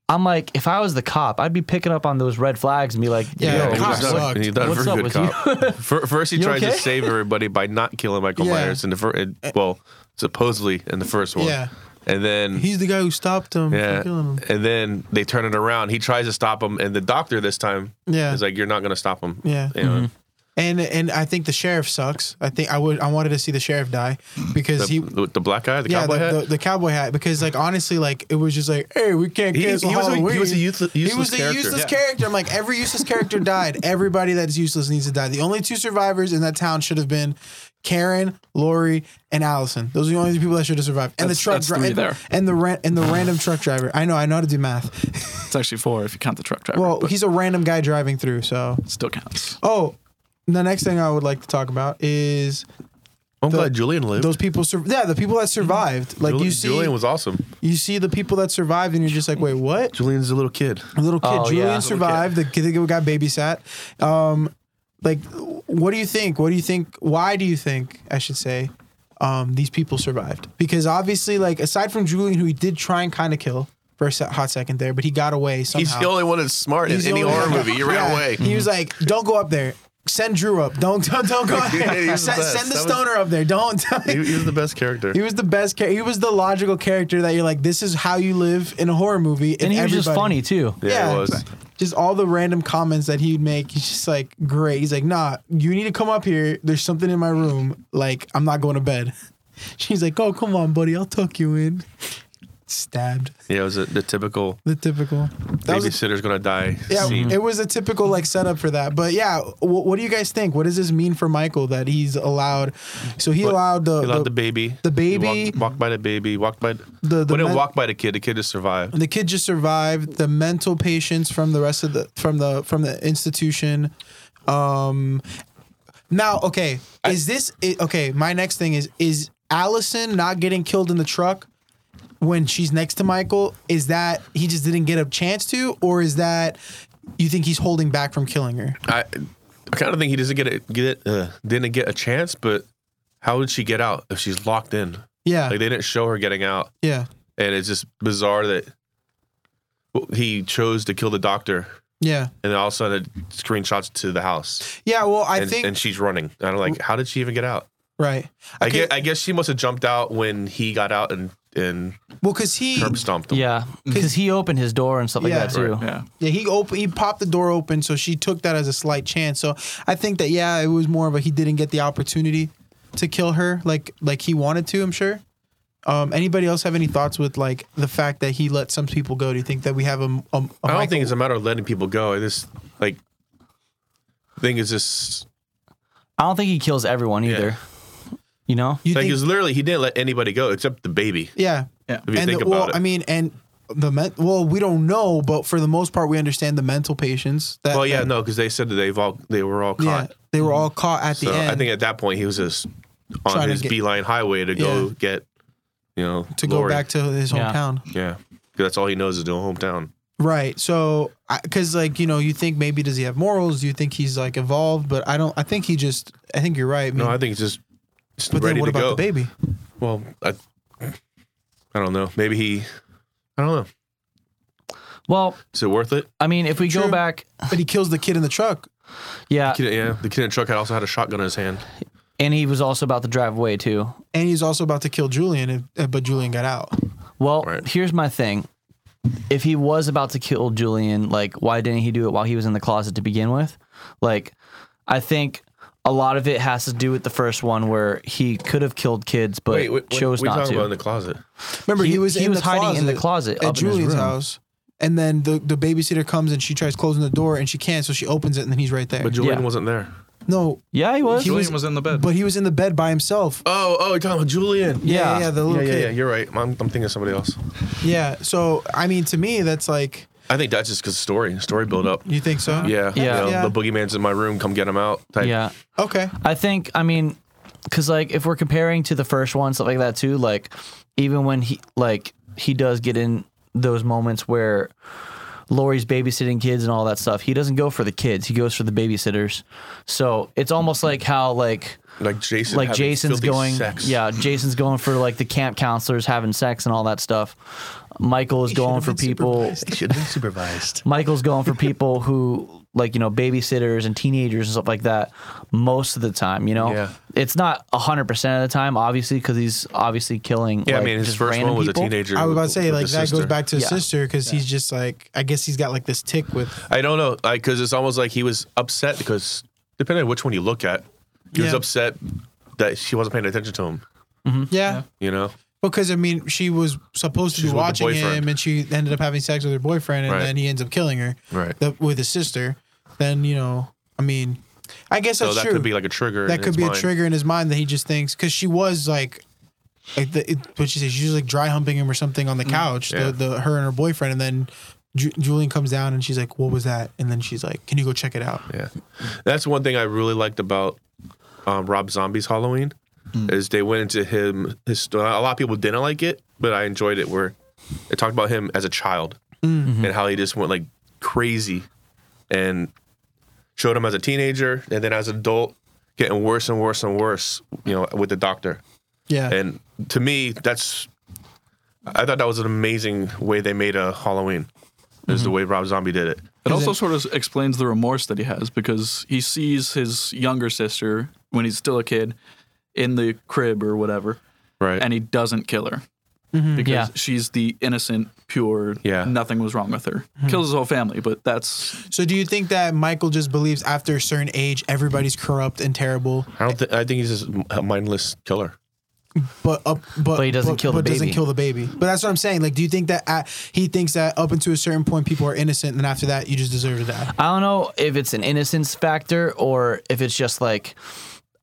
[SPEAKER 1] I'm like, if I was the cop, I'd be picking up on those red flags and be like,
[SPEAKER 2] Yeah,
[SPEAKER 1] yo,
[SPEAKER 3] he
[SPEAKER 2] Cop
[SPEAKER 3] was not-
[SPEAKER 2] sucked.
[SPEAKER 3] he's not a
[SPEAKER 1] What's
[SPEAKER 3] very
[SPEAKER 1] up
[SPEAKER 3] good
[SPEAKER 1] with
[SPEAKER 3] cop. Fir- First, he
[SPEAKER 1] You
[SPEAKER 3] tried
[SPEAKER 1] okay?
[SPEAKER 3] to save everybody by not killing Michael
[SPEAKER 2] Yeah.
[SPEAKER 3] Myers in the first, well, supposedly in the first one.
[SPEAKER 2] Yeah.
[SPEAKER 3] And then
[SPEAKER 2] He's the guy who stopped him
[SPEAKER 3] yeah,
[SPEAKER 2] from killing him.
[SPEAKER 3] and then they turn it around. He tries to stop him, and the doctor this time
[SPEAKER 2] Yeah.
[SPEAKER 3] is like, "You're not going to stop him."
[SPEAKER 2] Yeah.
[SPEAKER 3] You know?
[SPEAKER 2] And and I think the sheriff sucks. I think I would I wanted to see the sheriff die because he
[SPEAKER 3] the, the black guy, the
[SPEAKER 2] yeah,
[SPEAKER 3] cowboy
[SPEAKER 2] the,
[SPEAKER 3] hat.
[SPEAKER 2] The, the cowboy hat. Because like honestly, like it was just like, hey, we can't
[SPEAKER 3] He-
[SPEAKER 2] cancel
[SPEAKER 3] he was a- he
[SPEAKER 2] Halloween.
[SPEAKER 3] was a useless-
[SPEAKER 2] He was
[SPEAKER 3] useless
[SPEAKER 2] the
[SPEAKER 3] character.
[SPEAKER 2] useless
[SPEAKER 3] Yeah.
[SPEAKER 2] character. I'm like, every useless character died. Everybody that's useless needs to die. The only two survivors in that town should have been Karen, Lori, and Allison. Those are the only two people that should have survived. And
[SPEAKER 4] That's-
[SPEAKER 2] the truck
[SPEAKER 4] that's three
[SPEAKER 2] driver
[SPEAKER 4] there.
[SPEAKER 2] and, and the ran- and the random truck driver. I know, I know how to do math.
[SPEAKER 4] It's actually four if you count the truck driver.
[SPEAKER 2] Well,
[SPEAKER 4] but
[SPEAKER 2] he's a random guy driving through. So,
[SPEAKER 4] it still counts.
[SPEAKER 2] oh, the next thing I would like to talk about is
[SPEAKER 3] I'm glad Julian lived.
[SPEAKER 2] those people. Sur- yeah, the people that survived. Like
[SPEAKER 3] Jul-
[SPEAKER 2] you see,
[SPEAKER 3] Julian was awesome.
[SPEAKER 2] you see the people that survived, and you're just like, wait, what?
[SPEAKER 3] Julian's a little kid.
[SPEAKER 2] The little kid
[SPEAKER 1] Oh,
[SPEAKER 2] Julian
[SPEAKER 1] yeah. Little
[SPEAKER 2] survived. The kid that got babysat. Um, like, what do you think? What do you think? Why do you think I should say um, these people survived? Because obviously, like, aside from Julian, who he did try and kind of kill for a se- hot second there, but he got away somehow.
[SPEAKER 3] He's the only one that's smart
[SPEAKER 2] He's the
[SPEAKER 3] in any
[SPEAKER 2] only-
[SPEAKER 3] horror movie. You ran
[SPEAKER 2] Yeah.
[SPEAKER 3] away.
[SPEAKER 2] He was like, "Don't go up there. Send Drew up. Don't don't, don't go. Up
[SPEAKER 3] Yeah, he
[SPEAKER 2] there.
[SPEAKER 3] was the
[SPEAKER 2] send,
[SPEAKER 3] best.
[SPEAKER 2] send the
[SPEAKER 3] That was-
[SPEAKER 2] stoner up there. Don't."
[SPEAKER 3] He, he was the best character.
[SPEAKER 2] He was the best character. He was the logical character that you're like, this is how you live in a horror movie.
[SPEAKER 1] and he was just
[SPEAKER 2] everybody-
[SPEAKER 1] funny, too.
[SPEAKER 3] yeah, it was.
[SPEAKER 2] Just all the random comments that he'd make. He's just like, great. He's like, nah, you need to come up here. There's something in my room. Like, I'm not going to bed. She's like, oh, come on, buddy. I'll tuck you in. Stabbed.
[SPEAKER 3] Yeah, it was a, the typical
[SPEAKER 2] The typical. That was a-
[SPEAKER 3] babysitter's gonna die
[SPEAKER 2] yeah,
[SPEAKER 3] scene.
[SPEAKER 2] it was a typical like setup for that. But yeah, wh- what do you guys think? What does this mean for Michael that he's allowed? So he allowed the,
[SPEAKER 3] He loved
[SPEAKER 2] the,
[SPEAKER 3] the baby. He
[SPEAKER 2] the baby-
[SPEAKER 3] walked, walked by the baby. Walked by.
[SPEAKER 2] The-
[SPEAKER 3] The,
[SPEAKER 2] the
[SPEAKER 3] when
[SPEAKER 2] men-
[SPEAKER 3] it walked by the kid, the kid just survived.
[SPEAKER 2] the kid just survived the mental patients from the rest of the from the from the institution um now okay is this i- okay my next thing is is allison not getting killed in the truck when she's next to Michael, is that he just didn't get a chance to, or is that you think he's holding back from killing her?
[SPEAKER 3] I, I kind of think he doesn't get it. Get it? Uh, didn't get a chance, but how would she get out if she's locked in?
[SPEAKER 2] Yeah,
[SPEAKER 3] Like they didn't show her getting out,
[SPEAKER 2] yeah,
[SPEAKER 3] and it's just bizarre that well, he chose to kill the doctor,
[SPEAKER 2] yeah,
[SPEAKER 3] and then all of a sudden it screenshots to the house,
[SPEAKER 2] yeah. Well, I
[SPEAKER 3] and,
[SPEAKER 2] think
[SPEAKER 3] and she's running. And I'm like, how did she even get out?
[SPEAKER 2] right.
[SPEAKER 3] I
[SPEAKER 2] Okay.
[SPEAKER 3] guess, I guess she must have jumped out when he got out and and
[SPEAKER 2] Well, because he
[SPEAKER 3] curb stomped him.
[SPEAKER 1] Yeah, because he opened his door and stuff like
[SPEAKER 2] Yeah.
[SPEAKER 1] that too.
[SPEAKER 4] Yeah.
[SPEAKER 2] Yeah, he opened, he popped the door open, so she took that as a slight chance. So I think that yeah, it was more of a he didn't get the opportunity to kill her like like he wanted to. I'm sure. Um, anybody else have any thoughts with like the fact that he let some people go? Do you think that we have a, a, a
[SPEAKER 3] I don't
[SPEAKER 2] Michael-
[SPEAKER 3] think it's a matter of letting people go. I just like I think it's just
[SPEAKER 1] I don't think he kills everyone either. You know,
[SPEAKER 2] you
[SPEAKER 3] like
[SPEAKER 2] think,
[SPEAKER 3] it's literally he didn't let anybody go except the baby.
[SPEAKER 2] yeah,
[SPEAKER 3] If you
[SPEAKER 2] and
[SPEAKER 3] think
[SPEAKER 2] the,
[SPEAKER 3] about
[SPEAKER 2] well,
[SPEAKER 3] it,
[SPEAKER 2] I mean, and the men, well, we don't know, but for the most part, we understand the mental patients. That,
[SPEAKER 3] well, yeah,
[SPEAKER 2] that-
[SPEAKER 3] no, because they said that they've all they were all
[SPEAKER 2] yeah,
[SPEAKER 3] caught.
[SPEAKER 2] they were all caught at
[SPEAKER 3] so
[SPEAKER 2] the end.
[SPEAKER 3] I think at that point he was just
[SPEAKER 2] Trying
[SPEAKER 3] on
[SPEAKER 2] to
[SPEAKER 3] his
[SPEAKER 2] get-
[SPEAKER 3] beeline highway to go
[SPEAKER 2] Yeah.
[SPEAKER 3] get you know
[SPEAKER 2] to
[SPEAKER 3] Lori.
[SPEAKER 2] go back to his
[SPEAKER 1] Yeah.
[SPEAKER 2] hometown.
[SPEAKER 3] yeah, 'Cause that's all he knows is his own hometown.
[SPEAKER 2] Right. So, because like you know, you think maybe does he have morals? Do you think he's like evolved? But I don't. I think he just. I think you're right. I
[SPEAKER 3] No,
[SPEAKER 2] mean,
[SPEAKER 3] I think it's just, just
[SPEAKER 2] but
[SPEAKER 3] ready
[SPEAKER 2] then what
[SPEAKER 3] to
[SPEAKER 2] about
[SPEAKER 3] go.
[SPEAKER 2] the baby?
[SPEAKER 3] Well, I I don't know. Maybe he I don't know.
[SPEAKER 1] well,
[SPEAKER 3] Is it worth it?
[SPEAKER 1] I mean, if we
[SPEAKER 2] True.
[SPEAKER 1] go back,
[SPEAKER 2] But he kills the kid in the truck.
[SPEAKER 1] yeah,
[SPEAKER 3] Kid- yeah, the kid in the truck had also had a shotgun in his hand.
[SPEAKER 1] and he was also about to drive away too.
[SPEAKER 2] And he's also about to kill Julian, if, uh, but Julian got out.
[SPEAKER 1] Well,
[SPEAKER 3] Right.
[SPEAKER 1] here's my thing. If he was about to kill Julian, like why didn't he do it while he was in the closet to begin with? Like I think a lot of it has to do with the first one where he could have killed kids but
[SPEAKER 3] Wait, wait, what-
[SPEAKER 1] chose
[SPEAKER 3] what are you
[SPEAKER 1] not
[SPEAKER 3] talking
[SPEAKER 1] to.
[SPEAKER 3] about in the closet.
[SPEAKER 2] Remember, he,
[SPEAKER 1] He-
[SPEAKER 2] was
[SPEAKER 1] he
[SPEAKER 2] in
[SPEAKER 1] was
[SPEAKER 2] the
[SPEAKER 1] hiding in the
[SPEAKER 2] at
[SPEAKER 1] closet up in his
[SPEAKER 2] Julian's
[SPEAKER 1] room.
[SPEAKER 2] house. And then the, the babysitter comes and she tries closing the door and she can't, so she opens it and then he's right there.
[SPEAKER 3] But Julian
[SPEAKER 1] Yeah.
[SPEAKER 3] wasn't there.
[SPEAKER 2] no,
[SPEAKER 1] yeah, he was.
[SPEAKER 4] Julian was, in the bed.
[SPEAKER 2] but he was in the bed by himself.
[SPEAKER 3] Oh, oh, you're talking about Julian.
[SPEAKER 2] yeah,
[SPEAKER 1] yeah.
[SPEAKER 2] yeah, the little
[SPEAKER 3] yeah, yeah, yeah.
[SPEAKER 2] kid.
[SPEAKER 3] You're right. I'm, I'm thinking of somebody else.
[SPEAKER 2] yeah. So I mean, to me, that's like
[SPEAKER 3] I think that's just because story, story build up.
[SPEAKER 2] you think so?
[SPEAKER 3] Yeah,
[SPEAKER 1] Yeah.
[SPEAKER 3] you know,
[SPEAKER 2] Yeah.
[SPEAKER 3] The boogeyman's in my room. Come get him out. Type.
[SPEAKER 1] yeah.
[SPEAKER 2] Okay.
[SPEAKER 1] I think I mean cuz like if we're comparing to the first one stuff like that too, like even when he like he does get in those moments where Lori's babysitting kids and all that stuff. He doesn't go for the kids. He goes for the babysitters. So, it's almost like how like
[SPEAKER 3] Like Jason.
[SPEAKER 1] like
[SPEAKER 3] having
[SPEAKER 1] Jason's
[SPEAKER 3] filthy
[SPEAKER 1] going,
[SPEAKER 3] Sex.
[SPEAKER 1] yeah, Jason's going for like the camp counselors having sex and all that stuff. Michael is going for people.
[SPEAKER 5] should have been supervised.
[SPEAKER 1] Michael's going for people who like you know babysitters and teenagers and stuff like that. Most of the time, you know,
[SPEAKER 3] Yeah.
[SPEAKER 1] it's not hundred percent of the time, obviously, because he's obviously killing.
[SPEAKER 3] Yeah,
[SPEAKER 1] like,
[SPEAKER 3] I mean, his
[SPEAKER 1] just
[SPEAKER 3] first
[SPEAKER 1] random
[SPEAKER 3] one was
[SPEAKER 1] people.
[SPEAKER 3] a teenager.
[SPEAKER 2] I was
[SPEAKER 3] with-
[SPEAKER 2] about to say
[SPEAKER 3] with
[SPEAKER 2] like
[SPEAKER 3] his
[SPEAKER 2] that goes
[SPEAKER 3] sister.
[SPEAKER 2] back to his
[SPEAKER 1] Yeah.
[SPEAKER 2] sister because he's just like I guess he's got like this tick with
[SPEAKER 3] I don't know, like, because it's almost like he was upset because depending on which one you look at, he was
[SPEAKER 2] Yeah.
[SPEAKER 3] upset that she wasn't paying attention to him.
[SPEAKER 2] yeah.
[SPEAKER 3] You know,
[SPEAKER 2] Because I mean, she was supposed to
[SPEAKER 3] She's with
[SPEAKER 2] be
[SPEAKER 3] the
[SPEAKER 2] watching him,
[SPEAKER 3] boyfriend.
[SPEAKER 2] and she ended up having sex with her boyfriend, and
[SPEAKER 3] Right.
[SPEAKER 2] then he ends up killing her
[SPEAKER 3] Right.
[SPEAKER 2] the, with his sister. Then you know, I mean, I guess
[SPEAKER 3] so
[SPEAKER 2] that's
[SPEAKER 3] that
[SPEAKER 2] true.
[SPEAKER 3] could be like a trigger.
[SPEAKER 2] that
[SPEAKER 3] in
[SPEAKER 2] could
[SPEAKER 3] his
[SPEAKER 2] be
[SPEAKER 3] mind.
[SPEAKER 2] a trigger in his mind that he just thinks because she was like, like the, it, what she said, she was like dry humping him or something on the couch.
[SPEAKER 3] Mm, Yeah.
[SPEAKER 2] The, the her and her boyfriend, and then Ju- Julian comes down and she's like, "What was that?" And then she's like, "Can you go check it out?"
[SPEAKER 3] Yeah, that's one thing I really liked about um, Rob Zombie's Halloween is they went into him. His sto- a lot of people didn't like it, but I enjoyed it where it talked about him as a child and how he just went like crazy and showed him as a teenager and then as an adult getting worse and worse and worse. You know, with the doctor.
[SPEAKER 2] Yeah,
[SPEAKER 3] And to me, that's I thought that was an amazing way they made a Halloween. Is the way Rob Zombie did it.
[SPEAKER 4] It also sort of explains the remorse that he has because he sees his younger sister when he's still a kid in the crib or whatever,
[SPEAKER 3] Right.
[SPEAKER 4] and he doesn't kill her because
[SPEAKER 1] Yeah.
[SPEAKER 4] she's the innocent, pure.
[SPEAKER 3] Yeah.
[SPEAKER 4] nothing was wrong with her. Kills his whole family, but that's
[SPEAKER 2] So do you think that Michael just believes after a certain age everybody's corrupt and terrible,
[SPEAKER 3] I don't. Th- I think he's just a mindless killer.
[SPEAKER 2] but up, but,
[SPEAKER 1] But he doesn't kill the
[SPEAKER 2] but doesn't
[SPEAKER 1] baby.
[SPEAKER 2] kill the baby? But that's what I'm saying. Like, do you think that at, he thinks that up until a certain point people are innocent, and after that you just deserve to die?
[SPEAKER 1] I don't know if it's an innocence factor or if it's just like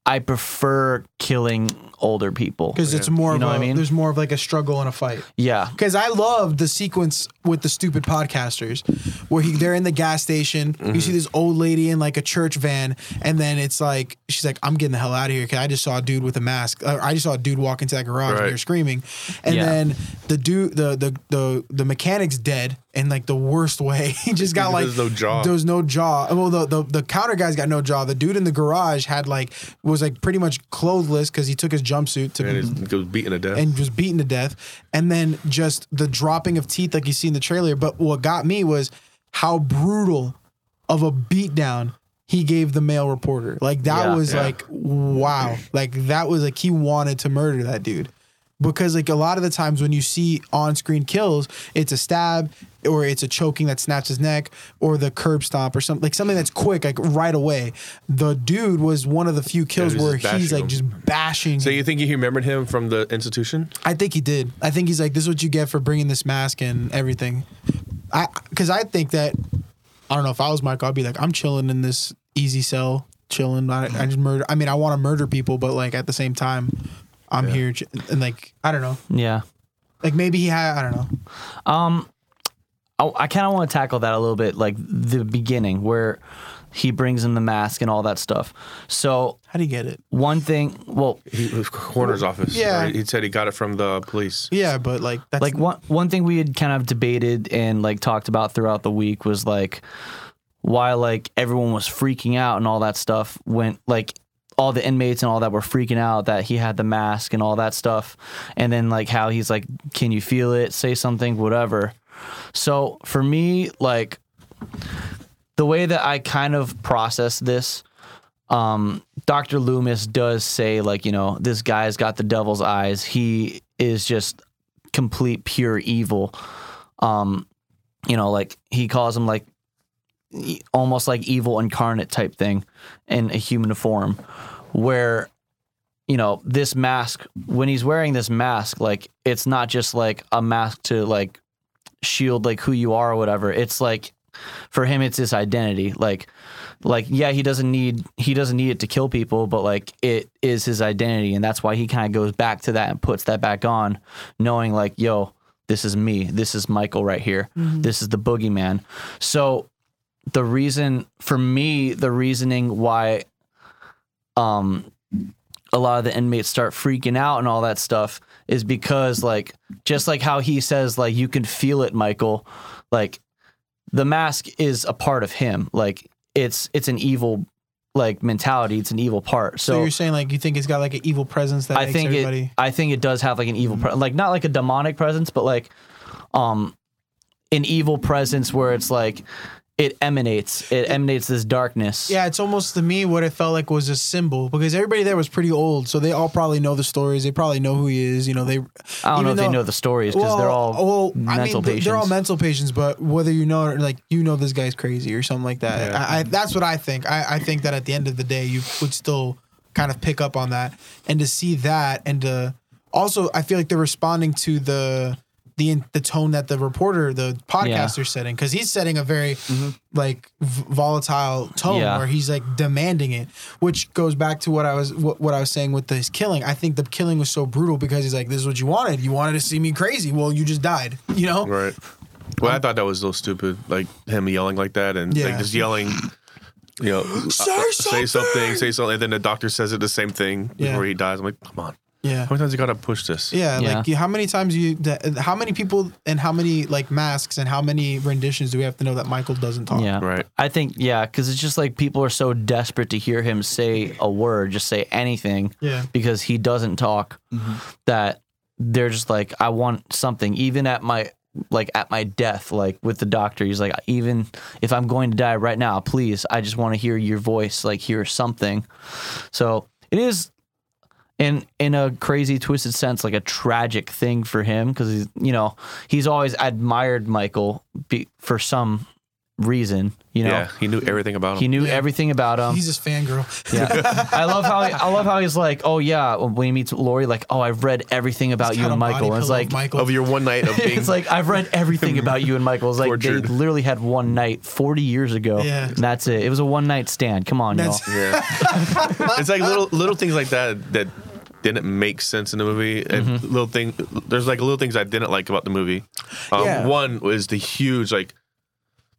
[SPEAKER 1] I prefer killing older people.
[SPEAKER 3] Oh,
[SPEAKER 2] Because it's more
[SPEAKER 1] You know
[SPEAKER 2] of
[SPEAKER 1] what
[SPEAKER 2] a,
[SPEAKER 1] I mean?
[SPEAKER 2] there's more of like a struggle and a fight.
[SPEAKER 1] Yeah,
[SPEAKER 2] Because I love the sequence with the stupid podcasters, where he they're in the gas station.
[SPEAKER 3] Mm-hmm.
[SPEAKER 2] You see this old lady in like a church van, and then it's like she's like, "I'm getting the hell out of here," because I just saw a dude with a mask. Or I just saw a dude walk into that garage, and
[SPEAKER 3] Right.
[SPEAKER 2] they're screaming. And
[SPEAKER 1] Yeah.
[SPEAKER 2] then the dude, the the the the mechanic's dead in like the worst way. he just got like
[SPEAKER 3] There's no jaw.
[SPEAKER 2] There's no jaw. Well, the, the the counter guy's got no jaw. The dude in the garage had like was like pretty much clothless because he took his jumpsuit to
[SPEAKER 3] and he's- he goes beaten to death.
[SPEAKER 2] Mm-hmm. and was beaten to death. And then just the dropping of teeth, like you see in the trailer. But what got me was how brutal of a beatdown he gave the male reporter. Like that
[SPEAKER 1] Yeah,
[SPEAKER 2] was
[SPEAKER 3] yeah.
[SPEAKER 2] like wow. Like that was like he wanted to murder that dude. Because like a lot of the times when you see on-screen kills, it's a stab or it's a choking that snaps his neck or the curb stomp or something like something that's quick like right away. The dude was one of the few kills
[SPEAKER 3] he was
[SPEAKER 2] where
[SPEAKER 3] just
[SPEAKER 2] he's like
[SPEAKER 3] bashing
[SPEAKER 2] just bashing.
[SPEAKER 3] so you think he remembered him from the institution?
[SPEAKER 2] I think he did. I think he's like, this is what you get for bringing this mask and everything. I because I think that I don't know if I was Michael, I'd be like, I'm chilling in this easy cell, chilling. I, I just murder. I mean, I want to murder people, but like at the same time, I'm here ch- and like I don't know.
[SPEAKER 1] Yeah. Um,
[SPEAKER 2] Like maybe he had. I don't know.
[SPEAKER 1] I, I kind of want to tackle that a little bit, like the beginning where he brings him the mask and all that stuff. So
[SPEAKER 2] How do you get it?
[SPEAKER 1] one thing, well,
[SPEAKER 3] He was coroner's office.
[SPEAKER 2] Yeah.
[SPEAKER 3] Or he said he got it from the police.
[SPEAKER 2] Yeah, but like that's
[SPEAKER 1] like one one thing we had kind of debated and like talked about throughout the week was like why like everyone was freaking out and all that stuff when like all the inmates and all that were freaking out that he had the mask and all that stuff and then like how he's like can you feel it say something whatever so for me like the way that I kind of process this um, Dr. Loomis does say, like, you know, this guy's got the devil's eyes. He is just complete pure evil. Um, you know, like he calls him like e- almost like evil incarnate type thing in a human form, where you know this mask when he's wearing this mask, like it's not just like a mask to like shield like who you are or whatever. It's like for him, it's his identity. Like like yeah he doesn't need he doesn't need it to kill people but like it is his identity and that's why he kind of goes back to that and puts that back on knowing like yo this is me this is michael right here
[SPEAKER 2] Mm-hmm.
[SPEAKER 1] this is the boogeyman so the reason for me the reasoning why um a lot of the inmates start freaking out and all that stuff is because like just like how he says like you can feel it michael like the mask is a part of him like it's it's an evil like mentality it's an evil part
[SPEAKER 2] so,
[SPEAKER 1] so,
[SPEAKER 2] you're saying like you think it's got like an evil presence that
[SPEAKER 1] i
[SPEAKER 2] makes
[SPEAKER 1] think
[SPEAKER 2] everybody. Mm-hmm.
[SPEAKER 1] it i think it does have like an evil pre- like not like a demonic presence but like um an evil presence where it's like it emanates it emanates this darkness
[SPEAKER 2] Yeah, it's almost to me what it felt like was a symbol because everybody there was pretty old, so they all probably know the stories. They probably know who he is. You know, they. I don't
[SPEAKER 1] i don't know if they know the stories because they're all
[SPEAKER 2] well, I
[SPEAKER 1] mental
[SPEAKER 2] mean, th-
[SPEAKER 1] patients
[SPEAKER 2] They're all mental patients, but whether you know it or like you know this guy's crazy or something like that. I, I, that's what I think. I, I think that at the end of the day, you would still kind of pick up on that, and to see that, and to also, I feel like they're responding to the the in- the tone that the reporter, the podcaster's setting, because he's setting a very like v- volatile tone
[SPEAKER 1] Mm-hmm. Yeah.
[SPEAKER 2] where he's like demanding it, which goes back to what I was what, what I was saying with this killing. I think the killing was so brutal because he's like, "This is what you wanted. You wanted to see me crazy. Well, you just died. You know."
[SPEAKER 3] Right. Well,
[SPEAKER 2] Um,
[SPEAKER 3] I thought that was a little stupid, like him yelling like that and
[SPEAKER 2] Yeah.
[SPEAKER 3] like just yelling, you know, uh,
[SPEAKER 2] Say
[SPEAKER 3] say
[SPEAKER 2] something!
[SPEAKER 3] something, say something. And then the doctor says it the same thing
[SPEAKER 2] Yeah.
[SPEAKER 3] before he dies. I'm like, come on.
[SPEAKER 2] Yeah.
[SPEAKER 3] How many times you got to push this?
[SPEAKER 2] Yeah,
[SPEAKER 1] Yeah.
[SPEAKER 2] like you, how many times you, that, how many people and how many like masks and how many renditions do we have to know that Michael doesn't talk?
[SPEAKER 1] yeah
[SPEAKER 3] Right.
[SPEAKER 1] i think yeah because it's just like people are so desperate to hear him say a word just say anything
[SPEAKER 2] Yeah.
[SPEAKER 1] because he doesn't talk that they're just like i want something even at my like at my death like with the doctor he's like even if i'm going to die right now please i just want to hear your voice like hear something so it is in in a crazy twisted sense like a tragic thing for him because he's you know he's always admired michael be, for some reason you know
[SPEAKER 3] Yeah. He knew everything about him.
[SPEAKER 1] he knew everything about him
[SPEAKER 2] He's just fangirl.
[SPEAKER 1] yeah. I love how I love how he's like, oh yeah, when he meets Lori, like, oh, I've read everything about you
[SPEAKER 2] Got a
[SPEAKER 1] and
[SPEAKER 2] body
[SPEAKER 1] Michael. And it's
[SPEAKER 2] pillow of
[SPEAKER 1] like,
[SPEAKER 2] Michael.
[SPEAKER 3] of your one night of being.
[SPEAKER 1] it's like I've read everything about you and Michael. It's like
[SPEAKER 3] Tortured.
[SPEAKER 1] they literally had one night 40 years ago.
[SPEAKER 2] Yeah.
[SPEAKER 1] And that's it. It was a one night stand. Come on, y'all.
[SPEAKER 2] That's-
[SPEAKER 3] yeah. it's like little little things like that that didn't make sense in the movie. And
[SPEAKER 2] Mm-hmm.
[SPEAKER 3] little thing, there's like little things I didn't like about the movie. Um,
[SPEAKER 2] Yeah.
[SPEAKER 3] One was the huge like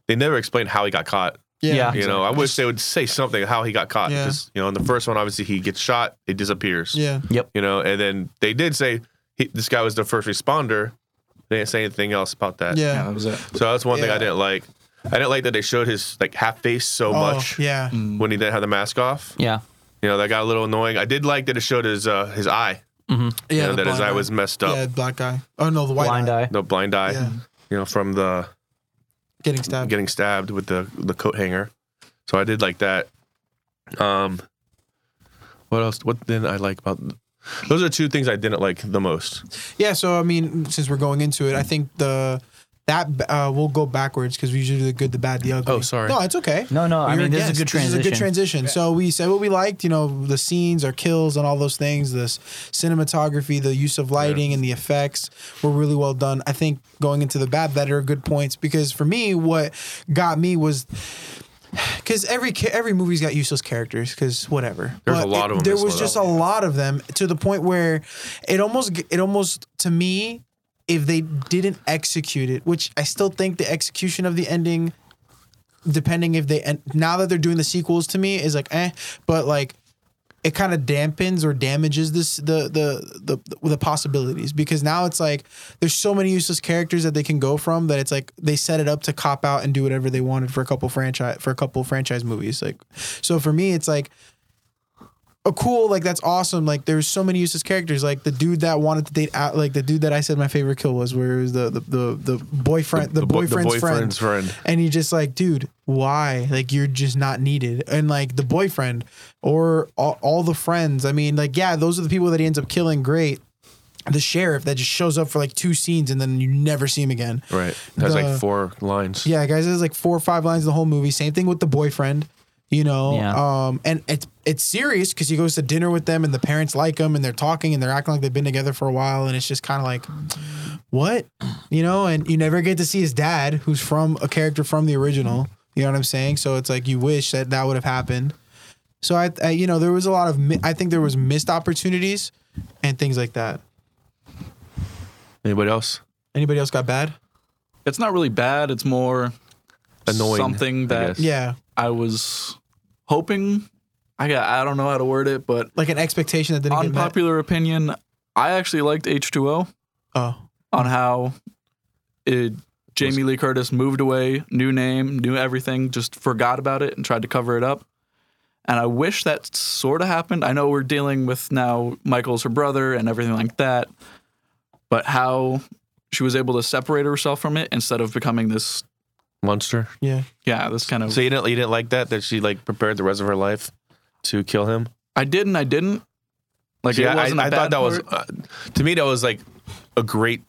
[SPEAKER 3] they never explained how he got caught.
[SPEAKER 1] Yeah.
[SPEAKER 3] You know, I wish they would say something how he got caught.
[SPEAKER 2] Yeah.
[SPEAKER 3] Because you know, in the first one, obviously he gets shot, it disappears.
[SPEAKER 2] Yeah.
[SPEAKER 3] You know, and then they did say he, this guy was the first responder. They didn't say anything else about that.
[SPEAKER 2] Yeah.
[SPEAKER 4] Yeah, that was it.
[SPEAKER 3] So that's one thing
[SPEAKER 2] Yeah. Oh,
[SPEAKER 3] I didn't like. I didn't like that they showed his like half face so much
[SPEAKER 2] Yeah.
[SPEAKER 1] Mm.
[SPEAKER 3] when he didn't have the mask off.
[SPEAKER 1] Yeah.
[SPEAKER 3] You know, that got a little annoying. I did like that it showed his uh, his eye.
[SPEAKER 2] Yeah.
[SPEAKER 3] you know,
[SPEAKER 2] the
[SPEAKER 3] that his
[SPEAKER 2] blind
[SPEAKER 3] eye was messed up.
[SPEAKER 2] Yeah, black guy. Oh no, the white
[SPEAKER 1] Blind
[SPEAKER 2] eye.
[SPEAKER 1] eye.
[SPEAKER 3] The blind eye.
[SPEAKER 2] Yeah.
[SPEAKER 3] You know, from the
[SPEAKER 2] Getting stabbed.
[SPEAKER 3] getting stabbed with the the coat hanger. So I did like that. Um, what else? What did I like about? Those are two things I didn't like the most.
[SPEAKER 2] Yeah, so I mean, since we're going into it, I think the that uh, we'll go backwards because we usually do the good, the bad, the ugly.
[SPEAKER 3] Oh, sorry.
[SPEAKER 2] No, it's okay.
[SPEAKER 1] No, no, I
[SPEAKER 2] You're
[SPEAKER 1] mean, this is a
[SPEAKER 2] guest.
[SPEAKER 1] good
[SPEAKER 2] This is a good
[SPEAKER 1] transition.
[SPEAKER 2] transition. So we said what we liked, you know, the scenes, our kills, and all those things. This cinematography, the use of lighting, and the effects were really well done. I think going into the bad, that are good points because for me, what got me was because every ca- every movie's got useless characters because whatever.
[SPEAKER 3] There's a lot
[SPEAKER 2] it-
[SPEAKER 3] of 'em
[SPEAKER 2] There
[SPEAKER 3] in
[SPEAKER 2] was
[SPEAKER 3] Slow
[SPEAKER 2] just a
[SPEAKER 3] Down.
[SPEAKER 2] lot of them to the point where it almost it almost to me if they didn't execute it, which I still think the execution of the ending, depending if they and now that they're doing the sequels to me is like eh, but like it kind of dampens or damages this the, the the the possibilities because now it's like there's so many useless characters that they can go from that it's like they set it up to cop out and do whatever they wanted for a couple franchise for a couple franchise movies like so for me it's like a uh, cool like that's awesome like there's so many useless characters like the dude that wanted to date out like the dude that I said my favorite kill was where it was the the the, the boyfriend the,
[SPEAKER 3] the boy- the
[SPEAKER 2] boyfriend's,
[SPEAKER 3] boyfriend's
[SPEAKER 2] friend.
[SPEAKER 3] friend.
[SPEAKER 2] And you're just like, dude, why? Like, you're just not needed. And like the boyfriend or all, all the friends. I mean, like, yeah, those are the people that he ends up killing. Great. The sheriff that just shows up for like two scenes and then you never see him again.
[SPEAKER 3] Right. That's
[SPEAKER 2] The-
[SPEAKER 3] like four lines.
[SPEAKER 2] Yeah, guys, there's like four or five lines in the whole movie. Same thing with the boyfriend, you know.
[SPEAKER 1] Yeah.
[SPEAKER 2] Um, and it's it's serious because he goes to dinner with them and the parents like him and they're talking and they're acting like they've been together for a while and it's just kind of like, what, you know? And you never get to see his dad, who's from a character from the original. You know what I'm saying? So it's like you wish that that would have happened. So I, I you know, there was a lot of mi- I think there was missed opportunities and things like that.
[SPEAKER 3] Anybody else?
[SPEAKER 2] Anybody else got bad?
[SPEAKER 4] It's not really bad. It's more
[SPEAKER 3] Annoying,
[SPEAKER 4] Something
[SPEAKER 3] I
[SPEAKER 4] that
[SPEAKER 3] guess.
[SPEAKER 2] Yeah,
[SPEAKER 4] I was hoping. I got. I don't know how to word it, but
[SPEAKER 2] like an expectation that didn't get met.
[SPEAKER 4] unpopular opinion. I actually liked H2O
[SPEAKER 2] Oh,
[SPEAKER 4] on how it, Jamie Lee Curtis moved away, new name, new everything, just forgot about it and tried to cover it up. And I wish that sort of happened. I know we're dealing with now Michael's her brother and everything like that, but how she was able to separate herself from it instead of becoming this,
[SPEAKER 3] Monster.
[SPEAKER 2] yeah.
[SPEAKER 4] yeah, this kind of.
[SPEAKER 3] So you didn't you didn't like that that she like prepared the rest of her life to kill him.
[SPEAKER 4] I did and I didn't. Like
[SPEAKER 3] Yeah,
[SPEAKER 4] it wasn't
[SPEAKER 3] I,
[SPEAKER 4] a
[SPEAKER 3] I
[SPEAKER 4] bad
[SPEAKER 3] thought that was
[SPEAKER 4] part.
[SPEAKER 3] uh, to me that was like a great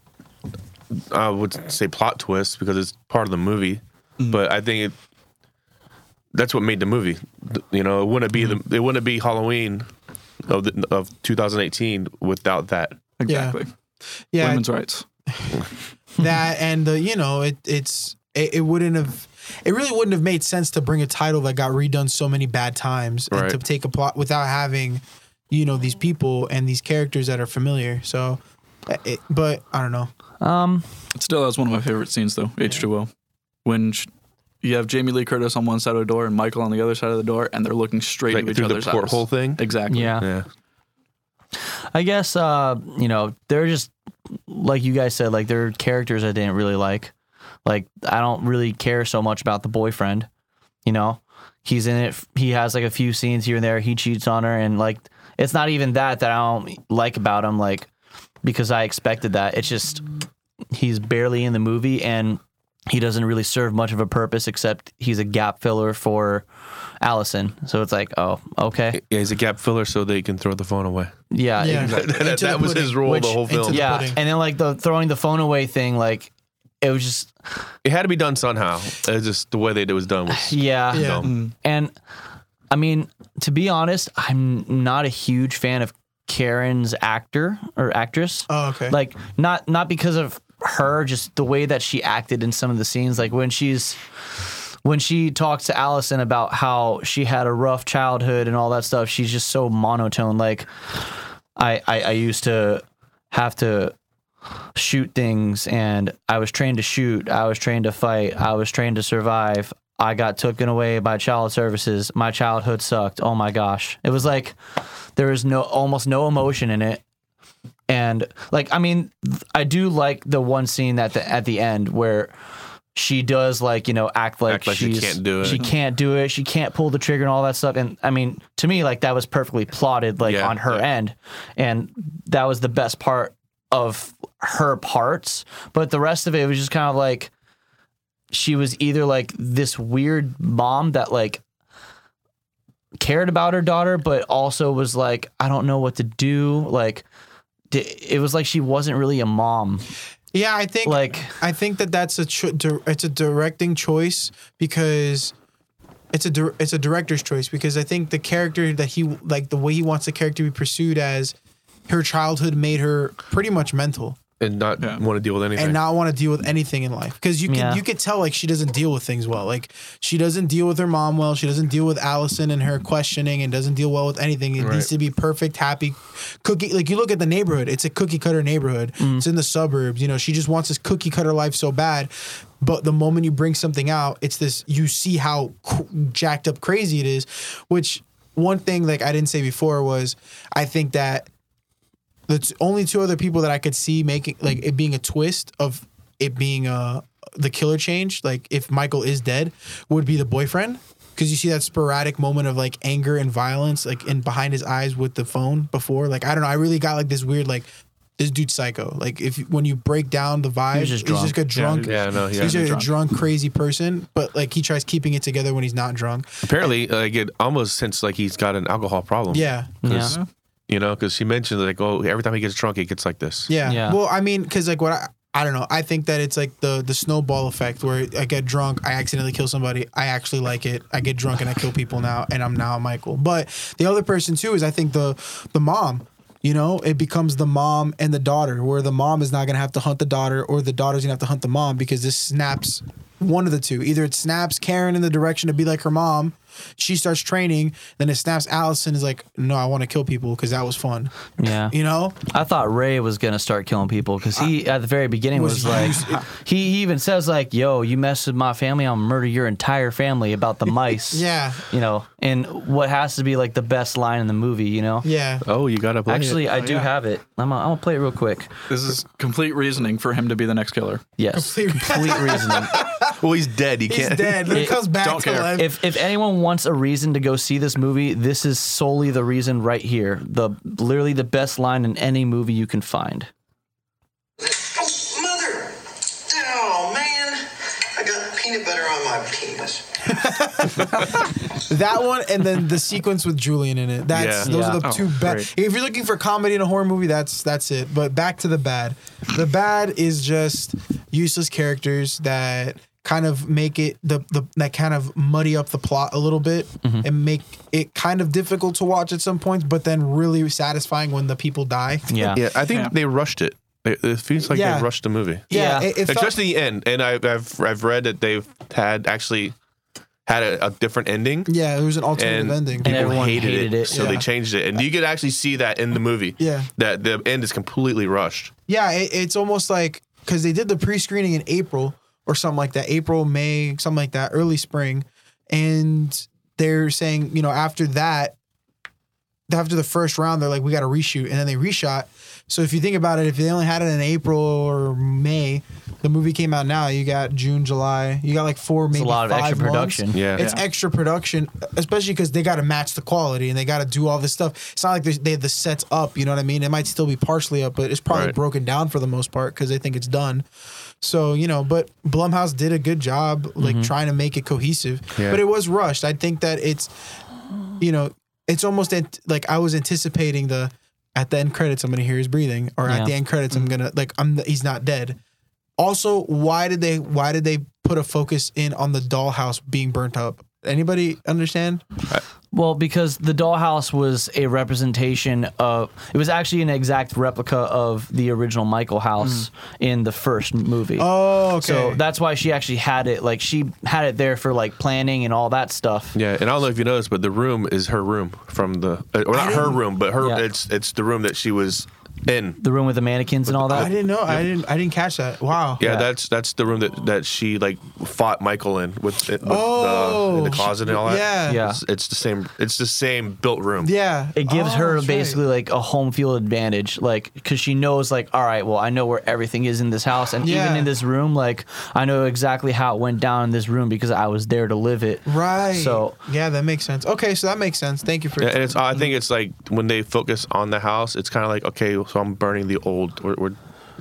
[SPEAKER 3] I would say plot twist because it's part of the movie,
[SPEAKER 4] Mm-hmm.
[SPEAKER 3] but I think it that's what made the movie. Th- You know, it wouldn't be
[SPEAKER 4] Mm-hmm.
[SPEAKER 3] the it wouldn't be Halloween of the, of 2018 without that.
[SPEAKER 4] exactly
[SPEAKER 2] Yeah,
[SPEAKER 4] women's rights.
[SPEAKER 2] that and the you know it it's it, it wouldn't have it really wouldn't have made sense to bring a title that got redone so many bad times and
[SPEAKER 3] Right.
[SPEAKER 2] to take a plot without having you know these people and these characters that are familiar so uh, it, but i don't know
[SPEAKER 1] Um,
[SPEAKER 4] It still has one of my favorite scenes though. H2O, when sh you have Jamie Lee Curtis on one side of the door and Michael on the other side of the door, and they're looking straight
[SPEAKER 3] Like
[SPEAKER 4] into each
[SPEAKER 3] through the
[SPEAKER 4] other's
[SPEAKER 3] porthole
[SPEAKER 4] eyes.
[SPEAKER 3] thing.
[SPEAKER 4] Exactly.
[SPEAKER 1] yeah.
[SPEAKER 3] Yeah.
[SPEAKER 1] I guess uh, you know, they're just like you guys said, like they're characters I didn't really like. Like I don't really care so much about the boyfriend. You know, he's in it. He has like a few scenes here and there. He cheats on her, and like it's not even that that I don't like about him. Like because I expected that. It's just he's barely in the movie and. He doesn't really serve much of a purpose except he's a gap filler for Allison. So it's like, oh, okay.
[SPEAKER 3] Yeah, he's a gap filler so they can throw the phone away.
[SPEAKER 1] Yeah,
[SPEAKER 2] yeah
[SPEAKER 3] That, that-
[SPEAKER 2] Into the
[SPEAKER 3] that was
[SPEAKER 2] pudding.
[SPEAKER 3] his role
[SPEAKER 1] Which-
[SPEAKER 3] the whole
[SPEAKER 2] into
[SPEAKER 3] film.
[SPEAKER 2] the-
[SPEAKER 1] yeah,
[SPEAKER 2] pudding.
[SPEAKER 1] and then like the throwing the phone away thing, like it was just
[SPEAKER 3] it had to be done somehow. It's just the way that it was done was
[SPEAKER 1] yeah.
[SPEAKER 2] yeah
[SPEAKER 3] dumb.
[SPEAKER 1] And I mean, to be honest, I'm not a huge fan of Karen's actor or actress.
[SPEAKER 2] oh okay
[SPEAKER 1] Like not not because of her, just the way that she acted in some of the scenes. Like when she's when she talks to Allison about how she had a rough childhood and all that stuff, she's just so monotone. Like I, I I used to have to shoot things, and I was trained to shoot. I was trained to fight. I was trained to survive. I got taken away by child services. My childhood sucked. Oh my gosh, it was like there was no almost no emotion in it and like i mean th- i do like the one scene at the at the end where she does like you know act like,
[SPEAKER 3] Act like she
[SPEAKER 1] she's,
[SPEAKER 3] can't do it.
[SPEAKER 1] she can't do it she can't pull the trigger and all that stuff and i mean to me like that was perfectly plotted like
[SPEAKER 3] Yeah,
[SPEAKER 1] on her end and that was the best part of her parts but the rest of it was just kind of like she was either like this weird mom that like cared about her daughter but also was like i don't know what to do like di- it was like she wasn't really a mom
[SPEAKER 2] Yeah, I think
[SPEAKER 1] like
[SPEAKER 2] I think that that's a cho- dir- it's a directing choice because it's a dir- it's a director's choice because I think the character that he like the way he wants the character to be pursued as her childhood made her pretty much mental
[SPEAKER 3] and not
[SPEAKER 4] Yeah.
[SPEAKER 3] want to deal with anything.
[SPEAKER 2] and not want to deal with anything in life because you can
[SPEAKER 1] Yeah.
[SPEAKER 2] you could tell like she doesn't deal with things well like she doesn't deal with her mom well she doesn't deal with Allison and her questioning and doesn't deal well with anything it needs to be perfect happy cookie like you look at the neighborhood it's a cookie cutter neighborhood it's in the suburbs you know she just wants this cookie cutter life so bad but the moment you bring something out it's this you see how cr- jacked up crazy it is which one thing like I didn't say before was I think that the t- only two other people that I could see making like it being a twist of it being uh the killer change, like if Michael is dead, would be the boyfriend. Cause you see that sporadic moment of like anger and violence, like in behind his eyes with the phone before. Like I don't know, I really got like this weird like this dude's psycho. Like if you- when you break down the vibe,
[SPEAKER 1] was
[SPEAKER 2] he's
[SPEAKER 1] just
[SPEAKER 2] just, a drunk.
[SPEAKER 3] yeah, no, yeah.
[SPEAKER 2] he's just a drunk, crazy person. But like he tries keeping it together when he's not drunk.
[SPEAKER 3] Apparently, like it almost since like he's got an alcohol problem.
[SPEAKER 2] Yeah,
[SPEAKER 3] 'Cause, You know, because she mentioned like, oh, every time he gets drunk, he gets like this.
[SPEAKER 2] Yeah.
[SPEAKER 1] Yeah.
[SPEAKER 2] Well, I mean, because like what I. I don't know. I think that it's like the the snowball effect where I get drunk, I accidentally kill somebody. I actually like it. I get drunk and I kill people now, and I'm now Michael. But the other person too is I think the the mom. You know, it becomes the mom and the daughter, where the mom is not gonna have to hunt the daughter, or the daughter's gonna have to hunt the mom because this snaps one of the two. Either it snaps Karen in the direction to be like her mom, she starts training, then it snaps Allison is like, no, I want to kill people because that was fun.
[SPEAKER 1] yeah
[SPEAKER 2] You know,
[SPEAKER 1] i thought ray was gonna start killing people because he at the very beginning was,
[SPEAKER 2] Was
[SPEAKER 1] like he, he even says like yo you mess with my family i'll murder your entire family about the mice
[SPEAKER 2] Yeah.
[SPEAKER 1] you know and what has to be like the best line in the movie you know
[SPEAKER 2] yeah.
[SPEAKER 3] Oh, you gotta play it.
[SPEAKER 1] actually i do
[SPEAKER 4] yeah.
[SPEAKER 1] have it i'm gonna, I'm gonna play it real quick
[SPEAKER 4] This is complete reasoning for him to be the next killer.
[SPEAKER 1] yes complete reasoning
[SPEAKER 3] Well, he's dead. He
[SPEAKER 2] He's
[SPEAKER 3] can't.
[SPEAKER 2] dead. It comes back
[SPEAKER 4] Don't
[SPEAKER 2] to
[SPEAKER 4] care.
[SPEAKER 2] life.
[SPEAKER 1] if if anyone wants a reason to go see this movie, this is solely the reason right here. The literally the best line in any movie you can find.
[SPEAKER 5] Oh, mother! Oh, man. I got peanut butter on my penis.
[SPEAKER 2] that one and then the sequence with Julian in it. That's
[SPEAKER 3] Yeah.
[SPEAKER 2] those
[SPEAKER 1] Yeah.
[SPEAKER 2] are the two bad.
[SPEAKER 4] great.
[SPEAKER 2] If you're looking for comedy in a horror movie, that's that's it. But back to the bad. The bad is just useless characters that kind of make it the, the that kind of muddy up the plot a little bit and make it kind of difficult to watch at some points, but then really satisfying when the people die.
[SPEAKER 1] Yeah.
[SPEAKER 3] Yeah, I think
[SPEAKER 4] Yeah.
[SPEAKER 3] they rushed it. It, it feels like
[SPEAKER 2] Yeah.
[SPEAKER 3] they rushed the movie,
[SPEAKER 2] Yeah,
[SPEAKER 1] Yeah.
[SPEAKER 2] It, it felt-
[SPEAKER 3] especially the end. And I, I've I've read that they've had actually had a, a different ending.
[SPEAKER 2] yeah, it was an alternative
[SPEAKER 3] And
[SPEAKER 2] ending.
[SPEAKER 1] And everyone hated it.
[SPEAKER 3] so
[SPEAKER 2] Yeah.
[SPEAKER 3] they changed it, and you could actually see that in the movie.
[SPEAKER 2] Yeah.
[SPEAKER 3] that the end is completely rushed.
[SPEAKER 2] Yeah, it, it's almost like because they did the pre screening in April or something like that, April, May, something like that, early spring. And they're saying, you know, after that, after the first round, they're like, we got to reshoot. And then they reshot. So if you think about it, if they only had it in April or May, the movie came out now, you got June, July, you got like four, maybe
[SPEAKER 1] a lot of
[SPEAKER 2] five
[SPEAKER 1] extra
[SPEAKER 2] months.
[SPEAKER 1] production.
[SPEAKER 3] Yeah,
[SPEAKER 2] It's extra production, especially because they got to match the quality and they got to do all this stuff. It's not like they- they have the sets up, you know what I mean? It might still be partially up, but it's probably
[SPEAKER 3] Right.
[SPEAKER 2] broken down for the most part because they think it's done. So you know, but Blumhouse did a good job,
[SPEAKER 1] Mm-hmm.
[SPEAKER 2] like trying to make it cohesive.
[SPEAKER 3] Yeah.
[SPEAKER 2] But it was rushed. I think that it's, you know, it's almost ant- like I was anticipating the at the end credits I'm gonna hear his breathing, or
[SPEAKER 1] Yeah. Mm-hmm.
[SPEAKER 2] at the end credits I'm gonna like I'm he's not dead. Also, why did they why did they put a focus in on the dollhouse being burnt up? Anybody understand?
[SPEAKER 1] Well, because the dollhouse was a representation of, it was actually an exact replica of the original Michael house in the first movie.
[SPEAKER 2] Hmm. Oh, okay.
[SPEAKER 1] So that's why she actually had it. Like she had it there for like planning and all that stuff.
[SPEAKER 3] Yeah, and I don't know if you noticed, but the room is her room from the, uh, or not her room, but her.
[SPEAKER 1] Yeah.
[SPEAKER 3] It's it's the room that she was in.
[SPEAKER 1] The room with the mannequins and all
[SPEAKER 2] I
[SPEAKER 1] that.
[SPEAKER 2] didn't know. I didn't. I didn't catch that. Wow.
[SPEAKER 3] Yeah, that's that's the room that, that she like fought Michael in with, with the,
[SPEAKER 2] Oh,
[SPEAKER 3] in the closet and all that.
[SPEAKER 2] yeah.
[SPEAKER 1] Yeah.
[SPEAKER 3] It's, it's the same. It's the same built room.
[SPEAKER 2] Yeah.
[SPEAKER 1] It gives
[SPEAKER 2] Oh,
[SPEAKER 1] her
[SPEAKER 2] that's
[SPEAKER 1] basically
[SPEAKER 2] right.
[SPEAKER 1] like a home field advantage, like because she knows, like, all right, well, I know where everything is in this house, and even
[SPEAKER 2] Yeah.
[SPEAKER 1] in this room, like, I know exactly how it went down in this room because I was there to live it.
[SPEAKER 2] Right.
[SPEAKER 1] So
[SPEAKER 2] yeah, that makes sense. Okay, so that makes sense. Thank you for.
[SPEAKER 3] Yeah, and it's I think it's like when they focus on the house, it's kind of like okay, so I'm burning the old. We're we're,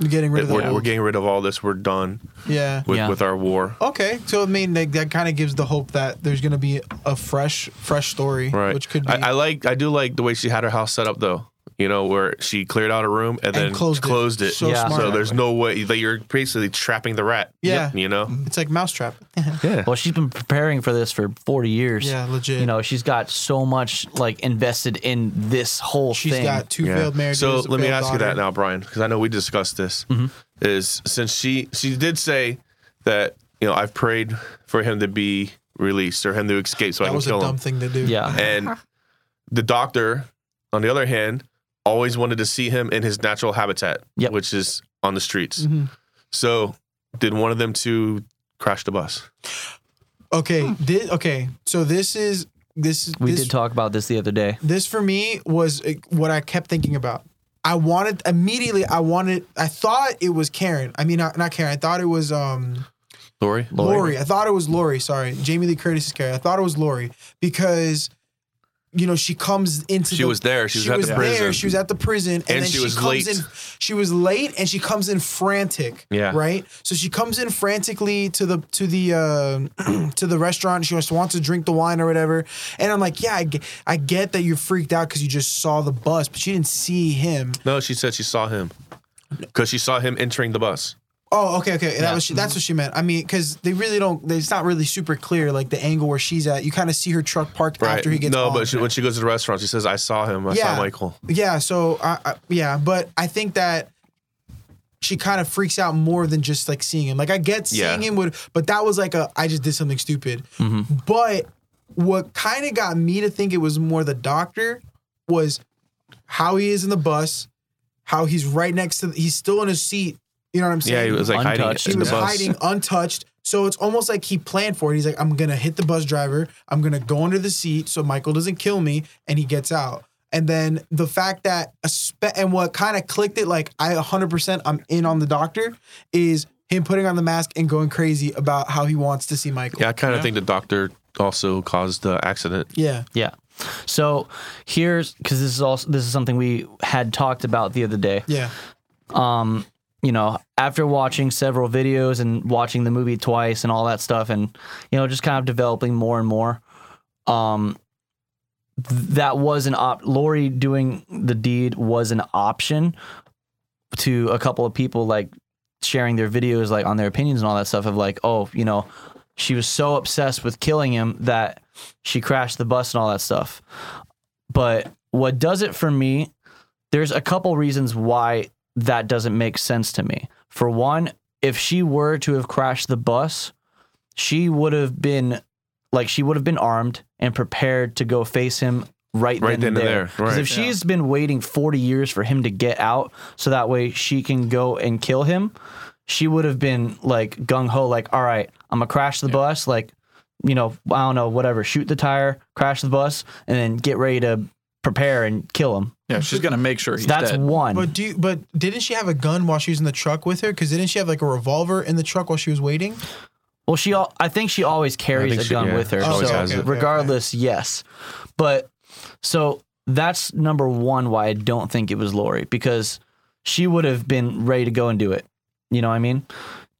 [SPEAKER 2] getting rid of the
[SPEAKER 3] we're, we're
[SPEAKER 2] old.
[SPEAKER 3] getting rid of all this. We're done
[SPEAKER 2] yeah.
[SPEAKER 3] with,
[SPEAKER 1] Yeah.
[SPEAKER 3] with our war.
[SPEAKER 2] Okay, so I mean like, that kind of gives the hope that there's gonna be a fresh, fresh story,
[SPEAKER 3] Right.
[SPEAKER 2] which could be
[SPEAKER 3] I, I like. I do like the way she had her house set up though. You know where she cleared out a room and, then
[SPEAKER 2] closed
[SPEAKER 3] closed,
[SPEAKER 2] it.
[SPEAKER 3] it.
[SPEAKER 2] So
[SPEAKER 1] Yeah. smart.
[SPEAKER 3] So there's no way that you're basically trapping the rat.
[SPEAKER 2] Yeah.
[SPEAKER 3] You know.
[SPEAKER 2] it's like mousetrap.
[SPEAKER 3] Yeah.
[SPEAKER 1] Well, she's been preparing for this for 40 years.
[SPEAKER 2] Yeah, legit.
[SPEAKER 1] You know, she's got so much like invested in this whole
[SPEAKER 2] She's
[SPEAKER 1] thing.
[SPEAKER 2] got two
[SPEAKER 3] Yeah.
[SPEAKER 2] failed marriages.
[SPEAKER 3] So
[SPEAKER 2] a
[SPEAKER 3] let me
[SPEAKER 2] failed
[SPEAKER 3] ask you that
[SPEAKER 2] daughter.
[SPEAKER 3] now, Brian, because I know we discussed this. Is since she she did say that you know I've prayed for him to be released or him to escape so I
[SPEAKER 2] That
[SPEAKER 3] can
[SPEAKER 2] was a
[SPEAKER 3] kill
[SPEAKER 2] dumb
[SPEAKER 3] him.
[SPEAKER 2] thing to do.
[SPEAKER 1] yeah.
[SPEAKER 3] And the doctor, on the other hand, always wanted to see him in his natural habitat,
[SPEAKER 1] Yep.
[SPEAKER 3] which is on the streets.
[SPEAKER 2] Mhm.
[SPEAKER 3] So did one of them two crash the bus?
[SPEAKER 2] Okay. This, okay. So this is this is
[SPEAKER 1] Hmm. We
[SPEAKER 2] this,
[SPEAKER 1] did talk about this the other day.
[SPEAKER 2] this for me was uh, what I kept thinking about. I wanted immediately. I wanted. I thought it was Karen. I mean, not, not Karen. I thought it was um
[SPEAKER 3] Lori.
[SPEAKER 2] Lori. I thought it was Lori. Sorry, Jamie Lee Curtis is Karen. I thought it was Lori because, you know, she comes into.
[SPEAKER 3] She
[SPEAKER 2] the-
[SPEAKER 3] was there. She was at the prison.
[SPEAKER 2] She was at the prison, and,
[SPEAKER 3] And
[SPEAKER 2] then
[SPEAKER 3] she
[SPEAKER 2] she,
[SPEAKER 3] was
[SPEAKER 2] comes
[SPEAKER 3] late.
[SPEAKER 2] in. She was late, and she comes in frantic.
[SPEAKER 3] Yeah.
[SPEAKER 2] Right. So she comes in frantically to the to the uh, to the restaurant. She wants wants to drink the wine or whatever. And I'm like, yeah, I get, I get that you're freaked out because you just saw the bus, but she didn't see him.
[SPEAKER 3] No, she said she saw him because she saw him entering the bus.
[SPEAKER 2] Oh, okay, okay. That was she,
[SPEAKER 3] Mm-hmm.
[SPEAKER 2] that's what she meant. I mean, because they really don't. It's not really super clear, like the angle where she's at. You kind of see her truck parked after he gets.
[SPEAKER 3] no,
[SPEAKER 2] on.
[SPEAKER 3] but she, when she goes to the restaurant, she says, "I saw him. I saw Michael."
[SPEAKER 2] Yeah, so I, I yeah, but I think that she kind of freaks out more than just like seeing him. Like I get seeing
[SPEAKER 3] Yeah. Mm-hmm.
[SPEAKER 2] him would, but that was like a I just did something stupid. But what kind of got me to think it was more the doctor was how he is in the bus, how he's right next to he's still in his seat. You know what I'm saying?
[SPEAKER 3] Yeah, he was like hiding
[SPEAKER 1] Untouched.
[SPEAKER 2] he
[SPEAKER 3] in the
[SPEAKER 2] was
[SPEAKER 3] bus.
[SPEAKER 2] hiding untouched. So it's almost like he planned for it. He's like, I'm gonna hit the bus driver. I'm gonna go under the seat so Michael doesn't kill me, and he gets out. And then the fact that a spe- and what kind of clicked it, like I 100% I'm in on the doctor, is him putting on the mask and going crazy about how he wants to see Michael.
[SPEAKER 3] Yeah, I kind of think the doctor also caused the accident.
[SPEAKER 2] Yeah.
[SPEAKER 1] Yeah. So here's because this is also this is something we had talked about the other day.
[SPEAKER 2] Yeah.
[SPEAKER 1] Um, you know, after watching several videos and watching the movie twice and all that stuff, and you know, just kind of developing more and more, um, th- that was an op. Lori doing the deed was an option to a couple of people, like sharing their videos, like on their opinions and all that stuff of like, oh, you know, she was so obsessed with killing him that she crashed the bus and all that stuff. But what does it for me there's a couple reasons why that doesn't make sense to me. For one, if she were to have crashed the bus, she would have been like she would have been armed and prepared to go face him right,
[SPEAKER 3] Right
[SPEAKER 1] then, and there. Because
[SPEAKER 3] right.
[SPEAKER 1] if she's been waiting 40 years for him to get out so that way she can go and kill him, she would have been like gung ho, like, all right, I'm gonna crash the bus, like, you know, I don't know, whatever, shoot the tire, crash the bus, and then get ready to prepare and kill him.
[SPEAKER 4] Yeah, she's gonna make sure he's
[SPEAKER 1] That's
[SPEAKER 4] dead.
[SPEAKER 1] one.
[SPEAKER 2] But do you, but didn't she have a gun while she was in the truck with her? Because didn't she have like a revolver in the truck while she was waiting?
[SPEAKER 1] Well, she al- I think she always carries
[SPEAKER 3] think
[SPEAKER 1] a
[SPEAKER 3] she-
[SPEAKER 1] gun
[SPEAKER 3] yeah,
[SPEAKER 1] with her.
[SPEAKER 3] she always
[SPEAKER 1] so
[SPEAKER 3] has it.
[SPEAKER 1] regardless, yes. But so that's number one why I don't think it was Lori because she would have been ready to go and do it. You know what I mean?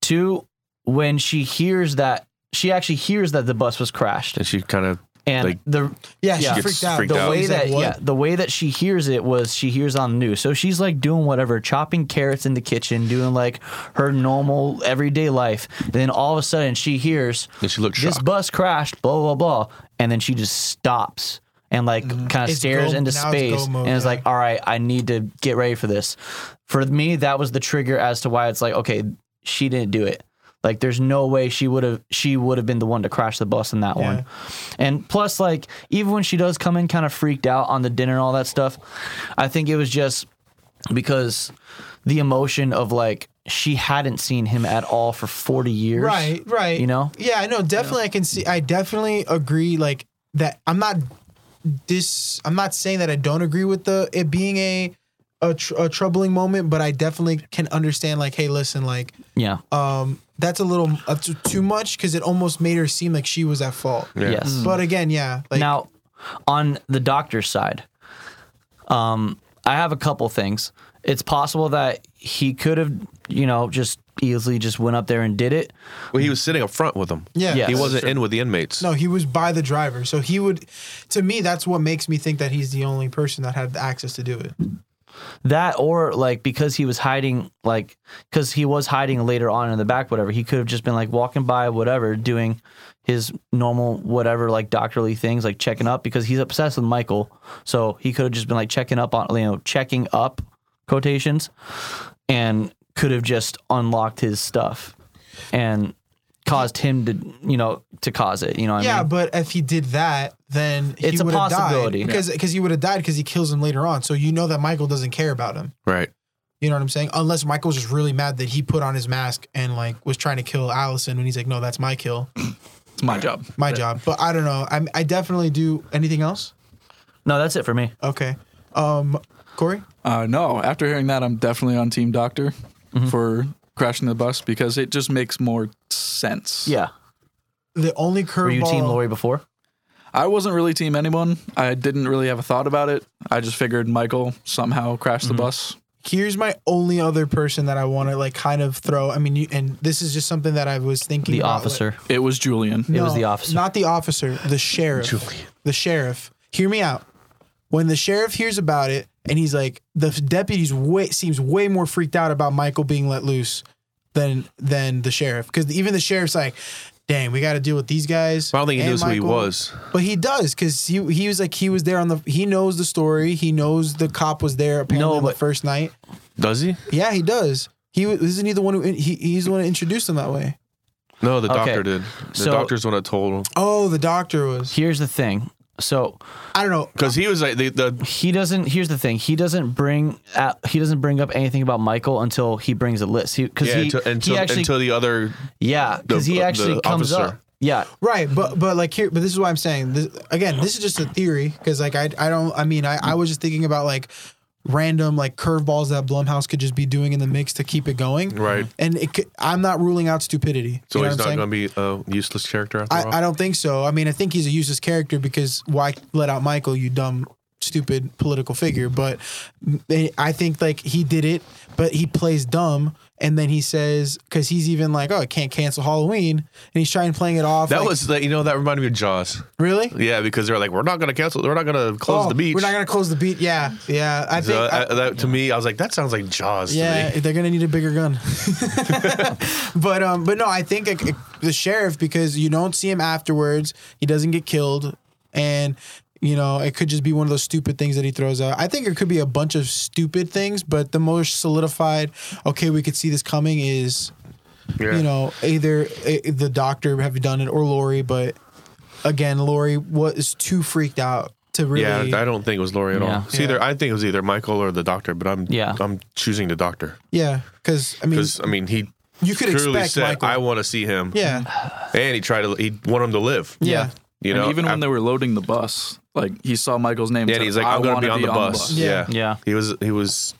[SPEAKER 1] Two, when she hears that she actually hears that the bus was crashed
[SPEAKER 3] And she kind of
[SPEAKER 1] and
[SPEAKER 3] like-
[SPEAKER 1] the
[SPEAKER 2] Yeah, she
[SPEAKER 1] Yeah.
[SPEAKER 2] freaked
[SPEAKER 3] Gets
[SPEAKER 2] out.
[SPEAKER 3] freaked
[SPEAKER 1] the
[SPEAKER 3] out.
[SPEAKER 1] way
[SPEAKER 2] She's like,
[SPEAKER 1] that
[SPEAKER 2] "What?"
[SPEAKER 1] yeah the way that she hears it was she hears on the news so she's like doing whatever chopping carrots in the kitchen doing like her normal everyday life and then all of a sudden she hears
[SPEAKER 3] and she looked
[SPEAKER 1] this
[SPEAKER 3] shocked.
[SPEAKER 1] bus crashed, blah blah blah, and then she just stops and like kind of
[SPEAKER 2] Mm-hmm. It's
[SPEAKER 1] stares
[SPEAKER 2] go- now
[SPEAKER 1] into
[SPEAKER 2] it's go
[SPEAKER 1] space
[SPEAKER 2] mode,
[SPEAKER 1] and it's
[SPEAKER 2] yeah.
[SPEAKER 1] like, all right, I need to get ready for this. For me, that was the trigger as to why it's like, okay, she didn't do it. Like there's no way she would have she would have been the one to crash the bus in that
[SPEAKER 2] Yeah.
[SPEAKER 1] one. And plus like even when she does come in kind of freaked out on the dinner and all that stuff, I think it was just because the emotion of like she hadn't seen him at all for 40 years.
[SPEAKER 2] Right, right.
[SPEAKER 1] You know?
[SPEAKER 2] Yeah, I know. Definitely, I can see. I definitely agree. Like that. I'm not this. I'm not saying that I don't agree with the it being a a, tr- a troubling moment, but I definitely can understand. Like, hey, listen, like
[SPEAKER 1] Yeah.
[SPEAKER 2] um, that's a little uh, too, too much because it almost made her seem like she was at fault.
[SPEAKER 3] Yeah.
[SPEAKER 1] Yes.
[SPEAKER 2] But again, yeah. Like,
[SPEAKER 1] now, on the doctor's side, um, I have a couple things. It's possible that he could have, you know, just easily just went up there and did it.
[SPEAKER 3] Well, he was sitting up front with them.
[SPEAKER 2] Yeah.
[SPEAKER 1] Yes.
[SPEAKER 3] He
[SPEAKER 1] That's
[SPEAKER 3] wasn't in with the inmates.
[SPEAKER 2] No, he was by the driver, so he would. To me, that's what makes me think that he's the only person that had the access to do it.
[SPEAKER 1] That or like because he was hiding, like because he was hiding later on in the back, whatever. He could have just been like walking by, whatever, doing his normal whatever, like doctorly things, like checking up because he's obsessed with Michael. So he could have just been like checking up on, you know, checking up quotations, and could have just unlocked his stuff and caused him to, you know, to cause it. You know, what I
[SPEAKER 2] Yeah,
[SPEAKER 1] mean?
[SPEAKER 2] but if he did that, then he
[SPEAKER 1] It's a
[SPEAKER 2] would have
[SPEAKER 1] possibility.
[SPEAKER 2] died because because he would have died because he kills him later on. So you know that Michael doesn't care about him.
[SPEAKER 3] Right.
[SPEAKER 2] You know what I'm saying? Unless Michael's just really mad that he put on his mask and like was trying to kill Allison when he's like, no, that's my kill,
[SPEAKER 4] It's my job.
[SPEAKER 2] my job. But I don't know. I I definitely do. Anything else?
[SPEAKER 1] no, that's it for me.
[SPEAKER 2] Okay. Um, Corey.
[SPEAKER 4] Uh, no, after hearing that, I'm definitely on Team Doctor
[SPEAKER 1] Mm-hmm.
[SPEAKER 4] for crashing the bus because it just makes more sense.
[SPEAKER 1] Yeah,
[SPEAKER 2] The only
[SPEAKER 1] were you team
[SPEAKER 2] curveball.
[SPEAKER 1] Lori before?
[SPEAKER 4] I wasn't really team anyone. I didn't really have a thought about it. I just figured Michael somehow crashed
[SPEAKER 1] Mm-hmm.
[SPEAKER 4] the bus.
[SPEAKER 2] Here's my only other person that I want to like kind of throw. I mean, you, and this is just something that I was thinking.
[SPEAKER 1] The
[SPEAKER 2] about, like-
[SPEAKER 1] officer.
[SPEAKER 4] It was Julian.
[SPEAKER 1] It was the officer.
[SPEAKER 2] Not the officer, the sheriff. The sheriff. Hear me out. When the sheriff hears about it and he's like, the deputy's way seems way more freaked out about Michael being let loose than than the sheriff. Because even the sheriff's like, dang, we gotta deal with these guys.
[SPEAKER 3] I don't think he
[SPEAKER 2] and
[SPEAKER 3] knows who he
[SPEAKER 2] Michael."
[SPEAKER 3] was.
[SPEAKER 2] But he does, because he he was like he was there on the he knows the story. He knows the cop was there apparently
[SPEAKER 1] No,
[SPEAKER 2] on the
[SPEAKER 1] but-
[SPEAKER 2] first night.
[SPEAKER 3] Does he?
[SPEAKER 2] Yeah, he does. He was isn't he the one who he, he's the one who introduced him that way.
[SPEAKER 3] No, the
[SPEAKER 1] Okay.
[SPEAKER 3] doctor did. The
[SPEAKER 1] So-
[SPEAKER 3] doctor's the one that told him.
[SPEAKER 2] Oh, the doctor was.
[SPEAKER 1] Here's the thing. So
[SPEAKER 2] I don't know.
[SPEAKER 3] Because he was like, the, the
[SPEAKER 1] he doesn't here's the thing he doesn't bring out, he doesn't bring up anything about michael until he brings a list because
[SPEAKER 3] yeah,
[SPEAKER 1] he,
[SPEAKER 3] until, until,
[SPEAKER 1] he actually
[SPEAKER 3] until the other.
[SPEAKER 1] yeah because he
[SPEAKER 3] the-
[SPEAKER 1] actually
[SPEAKER 3] the
[SPEAKER 1] comes
[SPEAKER 3] officer.
[SPEAKER 1] up yeah
[SPEAKER 2] Right, but but like here, but this is why I'm saying this again. This is just a theory because like I I don't I mean I I was just thinking about like random like curveballs that Blumhouse could just be doing in the mix to keep it going.
[SPEAKER 3] Right.
[SPEAKER 2] And it could, I'm not ruling out stupidity.
[SPEAKER 3] So
[SPEAKER 2] Mm-hmm. You know
[SPEAKER 3] he's
[SPEAKER 2] what I'm
[SPEAKER 3] not
[SPEAKER 2] saying?
[SPEAKER 3] going to be a useless character after all.
[SPEAKER 2] I, I don't think so. I mean, I think he's a useless character because why let out Michael, you dumb, stupid political figure? But I- I think like he did it, but he plays dumb. And then he says, because he's even like, oh, I can't cancel Halloween. And he's trying playing it off.
[SPEAKER 3] that
[SPEAKER 2] like-
[SPEAKER 3] was, like, you know, that reminded me of Jaws.
[SPEAKER 2] really?
[SPEAKER 3] Yeah, because they're like, we're not going to cancel. We're not going to close
[SPEAKER 2] Oh,
[SPEAKER 3] the beach.
[SPEAKER 2] We're not gonna close the beach. Yeah, yeah. I think.
[SPEAKER 3] so
[SPEAKER 2] I-
[SPEAKER 3] I- that, to me, I was like, that sounds like Jaws
[SPEAKER 2] yeah,
[SPEAKER 3] to me.
[SPEAKER 2] they're gonna need a bigger gun. but um, but no, I think like, the sheriff because you don't see him afterwards. He doesn't get killed, and you know it could just be one of those stupid things that he throws out. I think it could be a bunch of stupid things, but the most solidified. Okay, we could see this coming. Is
[SPEAKER 3] Yeah.
[SPEAKER 2] you know either eh, the doctor have done it or Lori, but again, Lori was too freaked out to really.
[SPEAKER 3] Yeah, I don't think it was Lori at
[SPEAKER 1] Yeah.
[SPEAKER 3] all. It's either I think it was either Michael or the doctor, but I'm
[SPEAKER 1] Yeah.
[SPEAKER 3] I'm choosing the doctor
[SPEAKER 2] Yeah, because I mean,
[SPEAKER 3] because I mean he
[SPEAKER 2] you could
[SPEAKER 3] clearly
[SPEAKER 2] expect
[SPEAKER 3] said
[SPEAKER 2] Michael.
[SPEAKER 3] I want to see him.
[SPEAKER 2] yeah,
[SPEAKER 3] and he tried to he wanted him to live.
[SPEAKER 2] yeah,
[SPEAKER 3] you
[SPEAKER 4] and
[SPEAKER 3] know,
[SPEAKER 4] even when
[SPEAKER 3] af-
[SPEAKER 4] they were loading the bus, like he saw Michael's name.
[SPEAKER 3] yeah,
[SPEAKER 4] said,
[SPEAKER 3] and he's like,
[SPEAKER 4] "I
[SPEAKER 3] I'm gonna
[SPEAKER 4] wanna
[SPEAKER 3] be on the bus. Yeah.
[SPEAKER 1] Yeah.
[SPEAKER 3] he was he was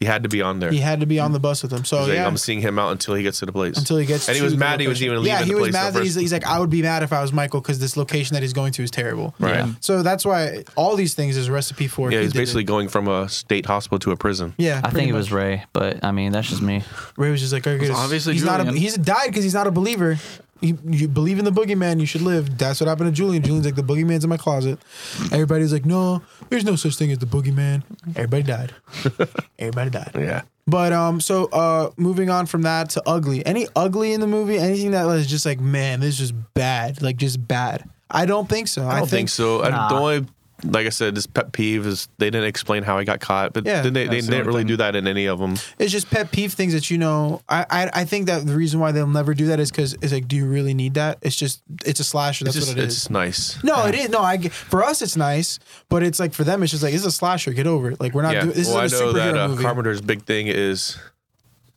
[SPEAKER 3] he had to be on there.
[SPEAKER 2] He had to be on the bus with him. So
[SPEAKER 3] He's like,
[SPEAKER 2] yeah,
[SPEAKER 3] I'm seeing him out until he gets to the place.
[SPEAKER 2] until he gets.
[SPEAKER 3] and he
[SPEAKER 2] to
[SPEAKER 3] was
[SPEAKER 2] the
[SPEAKER 3] mad he was
[SPEAKER 2] location.
[SPEAKER 3] even leaving.
[SPEAKER 2] Yeah, he
[SPEAKER 3] the
[SPEAKER 2] was
[SPEAKER 3] place
[SPEAKER 2] mad
[SPEAKER 3] the
[SPEAKER 2] that he's,
[SPEAKER 3] first-
[SPEAKER 2] he's like, I would be mad if I was Michael because this location that he's going to is terrible.
[SPEAKER 3] right.
[SPEAKER 1] Yeah.
[SPEAKER 3] Yeah,
[SPEAKER 2] So that's why all these things is a recipe for. he
[SPEAKER 3] he's
[SPEAKER 2] did it.
[SPEAKER 3] basically going from a state hospital to a prison.
[SPEAKER 2] Yeah,
[SPEAKER 1] i think
[SPEAKER 2] pretty
[SPEAKER 1] it was ray but i mean that's just me
[SPEAKER 2] much. Ray was just like, okay,
[SPEAKER 4] obviously
[SPEAKER 2] he's not. A,
[SPEAKER 4] Julian.
[SPEAKER 2] he's died because he's not a believer. You, you believe in the boogeyman, you should live. That's what happened to Julian. Julian's like, the boogeyman's in my closet. Everybody's like, no, there's no such thing as the boogeyman. Everybody died. Everybody died.
[SPEAKER 3] Yeah,
[SPEAKER 2] But um, so uh, moving on from that to ugly. Any ugly in the movie? Anything that was just like, man, this is bad. Like just bad. I don't think so.
[SPEAKER 3] I don't think, so. And the only like I said, this pet peeve is they didn't explain how I got caught, but
[SPEAKER 2] Yeah,
[SPEAKER 3] then they, they
[SPEAKER 4] that's the
[SPEAKER 3] didn't
[SPEAKER 4] only
[SPEAKER 3] really
[SPEAKER 4] thing.
[SPEAKER 3] do that in any of them.
[SPEAKER 2] It's just pet peeve things that you know. I I, I think that the reason why they'll never do that is because it's like, do you really need that? It's just it's a slasher.
[SPEAKER 3] It's
[SPEAKER 2] That's
[SPEAKER 3] just
[SPEAKER 2] what it
[SPEAKER 3] it's
[SPEAKER 2] is.
[SPEAKER 3] nice.
[SPEAKER 2] No, it is. No, I get- for us it's nice, but it's like for them it's just like it's a slasher. Get over it. Like we're not
[SPEAKER 3] yeah.
[SPEAKER 2] doing this
[SPEAKER 3] well, I
[SPEAKER 2] is a
[SPEAKER 3] know
[SPEAKER 2] superhero
[SPEAKER 3] that uh,
[SPEAKER 2] movie.
[SPEAKER 3] Carpenter's big thing is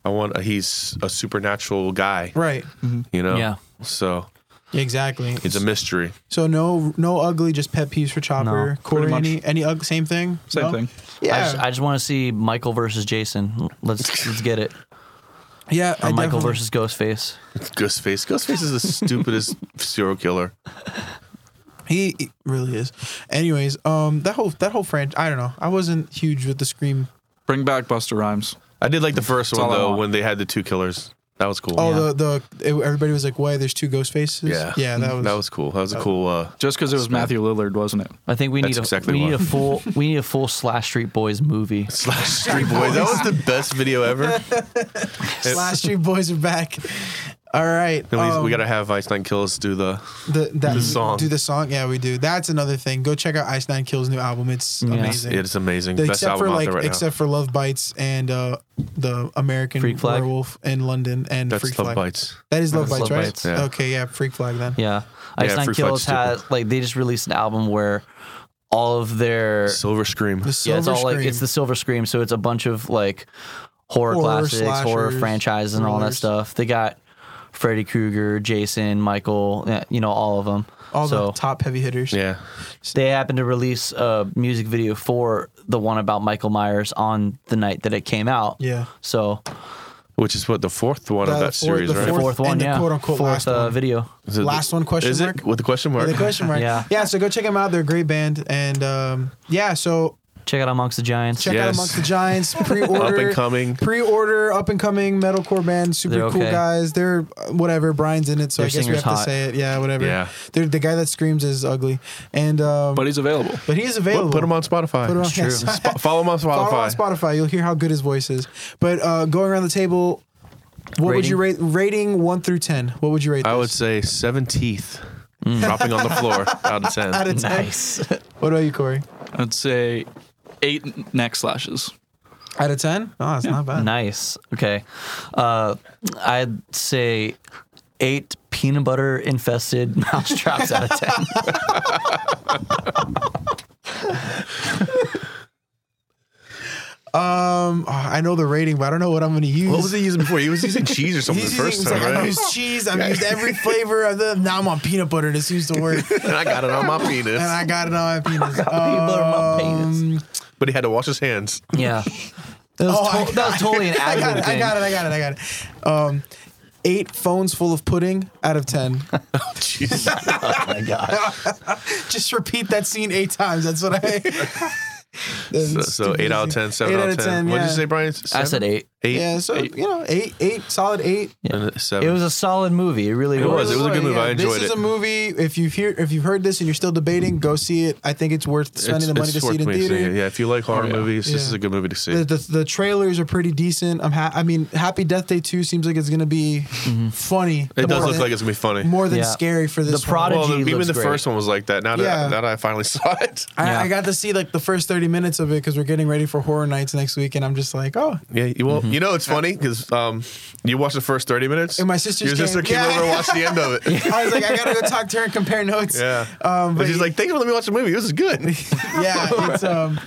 [SPEAKER 3] I want he's a supernatural guy,
[SPEAKER 2] Right.
[SPEAKER 3] you know.
[SPEAKER 1] Yeah.
[SPEAKER 3] So
[SPEAKER 2] Exactly.
[SPEAKER 3] it's a mystery.
[SPEAKER 2] So no no ugly, just pet peeves for Chopper.
[SPEAKER 1] No,
[SPEAKER 2] Corey,
[SPEAKER 4] much.
[SPEAKER 2] any any ug- same thing?
[SPEAKER 4] Same
[SPEAKER 2] No?
[SPEAKER 4] thing.
[SPEAKER 1] I
[SPEAKER 2] Yeah.
[SPEAKER 1] just, I just want to see Michael versus Jason. Let's let's get it.
[SPEAKER 2] yeah.
[SPEAKER 1] Or
[SPEAKER 2] I
[SPEAKER 1] Michael
[SPEAKER 2] definitely-
[SPEAKER 1] versus Ghostface.
[SPEAKER 3] Ghostface. Ghostface is the stupidest serial killer.
[SPEAKER 2] He, he really is. Anyways, um, that whole that whole franchise. I don't know. I wasn't huge with the Scream.
[SPEAKER 4] Bring back Buster Rhymes.
[SPEAKER 3] I did like the first
[SPEAKER 4] That's
[SPEAKER 3] one
[SPEAKER 4] all I
[SPEAKER 3] though
[SPEAKER 4] want.
[SPEAKER 3] when they had the two killers. That was cool.
[SPEAKER 2] Oh, the
[SPEAKER 1] Yeah.
[SPEAKER 2] the it- everybody was like, "Why? There's two ghost faces."
[SPEAKER 3] Yeah.
[SPEAKER 2] yeah, that was
[SPEAKER 3] That was cool. That was a cool. Uh,
[SPEAKER 4] Just because it was Matthew Lillard, wasn't it?
[SPEAKER 1] I think we
[SPEAKER 3] That's
[SPEAKER 1] need a
[SPEAKER 3] exactly
[SPEAKER 1] we
[SPEAKER 3] what-
[SPEAKER 1] need a full we need a full slash Street Boys movie.
[SPEAKER 3] Slash Street Boys. That was the best video ever.
[SPEAKER 2] Slash Street Boys are back. All right,
[SPEAKER 3] At least
[SPEAKER 2] um,
[SPEAKER 3] we gotta have Ice Nine Kills do the.
[SPEAKER 2] the, that,
[SPEAKER 3] song.
[SPEAKER 2] Do the song? Yeah, we do. That's another thing. Go check out Ice Nine Kill's new album. It's amazing.
[SPEAKER 3] It's amazing.
[SPEAKER 2] The-
[SPEAKER 3] Best
[SPEAKER 2] except
[SPEAKER 3] album
[SPEAKER 2] for
[SPEAKER 3] out
[SPEAKER 2] like,
[SPEAKER 3] there right
[SPEAKER 2] except for Love Bites and uh, the American
[SPEAKER 1] Freak Flag?
[SPEAKER 2] Werewolf in London and
[SPEAKER 3] now. That's
[SPEAKER 2] Freak
[SPEAKER 3] Love
[SPEAKER 2] Flag.
[SPEAKER 3] Bites.
[SPEAKER 2] That is Love
[SPEAKER 1] That's
[SPEAKER 2] Bites,
[SPEAKER 1] Love
[SPEAKER 2] right?
[SPEAKER 1] Bites.
[SPEAKER 3] Yeah.
[SPEAKER 2] Okay, yeah, Freak Flag then.
[SPEAKER 1] Yeah, Ice
[SPEAKER 3] Yeah, Fruit
[SPEAKER 1] Nine
[SPEAKER 3] Flight's
[SPEAKER 1] Kills
[SPEAKER 3] stupid.
[SPEAKER 1] has like they just released an album where all of their
[SPEAKER 3] Silver Scream.
[SPEAKER 2] The
[SPEAKER 1] yeah,
[SPEAKER 2] Silver
[SPEAKER 1] it's all
[SPEAKER 2] Scream.
[SPEAKER 1] like it's the Silver Scream, so it's a bunch of like horror,
[SPEAKER 2] Horror,
[SPEAKER 1] classics, horror
[SPEAKER 2] slashers,
[SPEAKER 1] franchises, and all that
[SPEAKER 2] thrillers.
[SPEAKER 1] stuff. They got Freddy Krueger, Jason, Michael, yeah, you know, all of them.
[SPEAKER 2] all
[SPEAKER 1] so
[SPEAKER 2] the top heavy hitters.
[SPEAKER 3] Yeah.
[SPEAKER 1] they happened to release a music video for the one about Michael Myers on the night that it came out.
[SPEAKER 2] Yeah.
[SPEAKER 1] So
[SPEAKER 3] Which is what the fourth one of
[SPEAKER 2] The
[SPEAKER 3] that
[SPEAKER 2] fourth-
[SPEAKER 3] series,
[SPEAKER 2] the
[SPEAKER 3] right?
[SPEAKER 1] fourth,
[SPEAKER 2] Fourth
[SPEAKER 1] one,
[SPEAKER 2] and the
[SPEAKER 1] yeah,
[SPEAKER 2] quote-unquote
[SPEAKER 1] fourth
[SPEAKER 2] last
[SPEAKER 1] uh,
[SPEAKER 2] one.
[SPEAKER 1] video.
[SPEAKER 3] Is it
[SPEAKER 2] Last
[SPEAKER 3] the-
[SPEAKER 2] one, question
[SPEAKER 3] is it?
[SPEAKER 2] mark?
[SPEAKER 3] with the question mark?
[SPEAKER 2] The question mark.
[SPEAKER 1] Yeah.
[SPEAKER 2] Yeah. So go check them out. They're a great band. And um, yeah, so
[SPEAKER 1] Check out Amongst the Giants.
[SPEAKER 2] check out
[SPEAKER 3] Yes.
[SPEAKER 2] amongst the giants.
[SPEAKER 3] Up
[SPEAKER 2] Pre-order.
[SPEAKER 3] and coming.
[SPEAKER 2] Pre-order. Up and coming metalcore band. Super
[SPEAKER 1] They're
[SPEAKER 2] cool
[SPEAKER 1] okay.
[SPEAKER 2] guys. They're uh, whatever. Brian's in it, so
[SPEAKER 1] Their
[SPEAKER 2] I guess we
[SPEAKER 1] singer's
[SPEAKER 2] have to
[SPEAKER 1] hot.
[SPEAKER 2] say it. Yeah. Whatever.
[SPEAKER 3] Yeah.
[SPEAKER 2] They're, the guy that screams is ugly. And um,
[SPEAKER 4] But
[SPEAKER 2] but
[SPEAKER 4] he's available.
[SPEAKER 2] but he is available.
[SPEAKER 3] Put, put them on Spotify.
[SPEAKER 2] Put 'em on-
[SPEAKER 3] It's true.
[SPEAKER 2] yes.
[SPEAKER 3] Spo- follow them on Spotify.
[SPEAKER 2] Follow him on Spotify. You'll hear how good his voice is. But uh, going around the table, what would you rate? Rating one through ten. What would you rate?
[SPEAKER 3] I
[SPEAKER 2] this?
[SPEAKER 3] would say seven teeth dropping on the floor out of ten.
[SPEAKER 2] out of ten.
[SPEAKER 1] Nice.
[SPEAKER 2] What about you, Corey?
[SPEAKER 4] I'd say eight n- neck slashes.
[SPEAKER 2] Out of ten? Oh, it's not bad.
[SPEAKER 1] Nice. Okay. Uh, I'd say eight peanut butter infested mousetraps out of 10.
[SPEAKER 2] Um, oh, I know the rating, but I don't know what I'm gonna use.
[SPEAKER 3] what was he using before? He was using cheese or something the
[SPEAKER 2] He's
[SPEAKER 3] first
[SPEAKER 2] using-
[SPEAKER 3] time,
[SPEAKER 2] like, I've
[SPEAKER 3] right?
[SPEAKER 2] used cheese. I've used every flavor of the. Now I'm on peanut butter. This used to work, and
[SPEAKER 3] And I got it on my penis.
[SPEAKER 2] I got it on my penis.
[SPEAKER 1] butter on my penis.
[SPEAKER 2] Um,
[SPEAKER 3] But he had to wash his hands.
[SPEAKER 1] Oh. Yeah. That was,
[SPEAKER 2] Oh, I
[SPEAKER 1] to- that was totally an
[SPEAKER 2] I got
[SPEAKER 1] ad
[SPEAKER 2] it. I
[SPEAKER 1] thing.
[SPEAKER 2] got it. I got it. I got it. Um, eight phones full of pudding out of ten.
[SPEAKER 3] Oh, Jeez.
[SPEAKER 2] Just repeat that scene eight times. That's what I.
[SPEAKER 3] so, so eight out of ten, seven out of ten. What did you say, Brian?
[SPEAKER 1] I said eight.
[SPEAKER 3] Eight.
[SPEAKER 2] Yeah, so
[SPEAKER 4] Eight.
[SPEAKER 2] you know, eight, eight, solid eight.
[SPEAKER 3] And a seven.
[SPEAKER 1] It was a solid movie. It really
[SPEAKER 3] It was.
[SPEAKER 1] was.
[SPEAKER 3] It was a good movie. I enjoyed
[SPEAKER 2] this
[SPEAKER 3] it.
[SPEAKER 2] is a movie. If you've hear, if you've heard this and you're still debating, go see it. I think it's worth spending the money to see
[SPEAKER 3] worth
[SPEAKER 2] it in
[SPEAKER 3] me seeing
[SPEAKER 2] theater.
[SPEAKER 3] it. Yeah, if you like horror
[SPEAKER 4] yeah.
[SPEAKER 3] movies, this
[SPEAKER 2] Yeah.
[SPEAKER 3] is a good movie to see.
[SPEAKER 2] The, the, the trailers are pretty decent. I'm ha- I mean, Happy Death Day 2 seems like it's going to be funny.
[SPEAKER 3] it does
[SPEAKER 2] more
[SPEAKER 3] look
[SPEAKER 2] than-
[SPEAKER 3] like it's gonna be funny.
[SPEAKER 2] more than
[SPEAKER 1] Mm-hmm. Yeah.
[SPEAKER 2] scary for this.
[SPEAKER 1] The
[SPEAKER 2] one.
[SPEAKER 1] product-
[SPEAKER 3] well,
[SPEAKER 1] Prodigy
[SPEAKER 3] even
[SPEAKER 1] looks
[SPEAKER 3] the
[SPEAKER 1] great.
[SPEAKER 3] first one was like that. Now that,
[SPEAKER 2] Yeah.
[SPEAKER 3] now that I finally saw it,
[SPEAKER 2] I,
[SPEAKER 1] Yeah.
[SPEAKER 2] I got to see like the first 30 minutes of it because we're getting ready for Horror Nights next week, and I'm just like, oh,
[SPEAKER 3] yeah, you well, you know it's funny because um, you watched the first thirty minutes,
[SPEAKER 2] And my sisters
[SPEAKER 3] your sister
[SPEAKER 2] came-
[SPEAKER 3] came
[SPEAKER 2] Yeah.
[SPEAKER 3] over and watched the end of it. yeah,
[SPEAKER 2] I was like, I got to go talk to her and compare notes. Um,
[SPEAKER 3] but
[SPEAKER 2] but
[SPEAKER 3] she's like, "Thanks for letting me watch the movie. This is good."
[SPEAKER 2] yeah, it's um.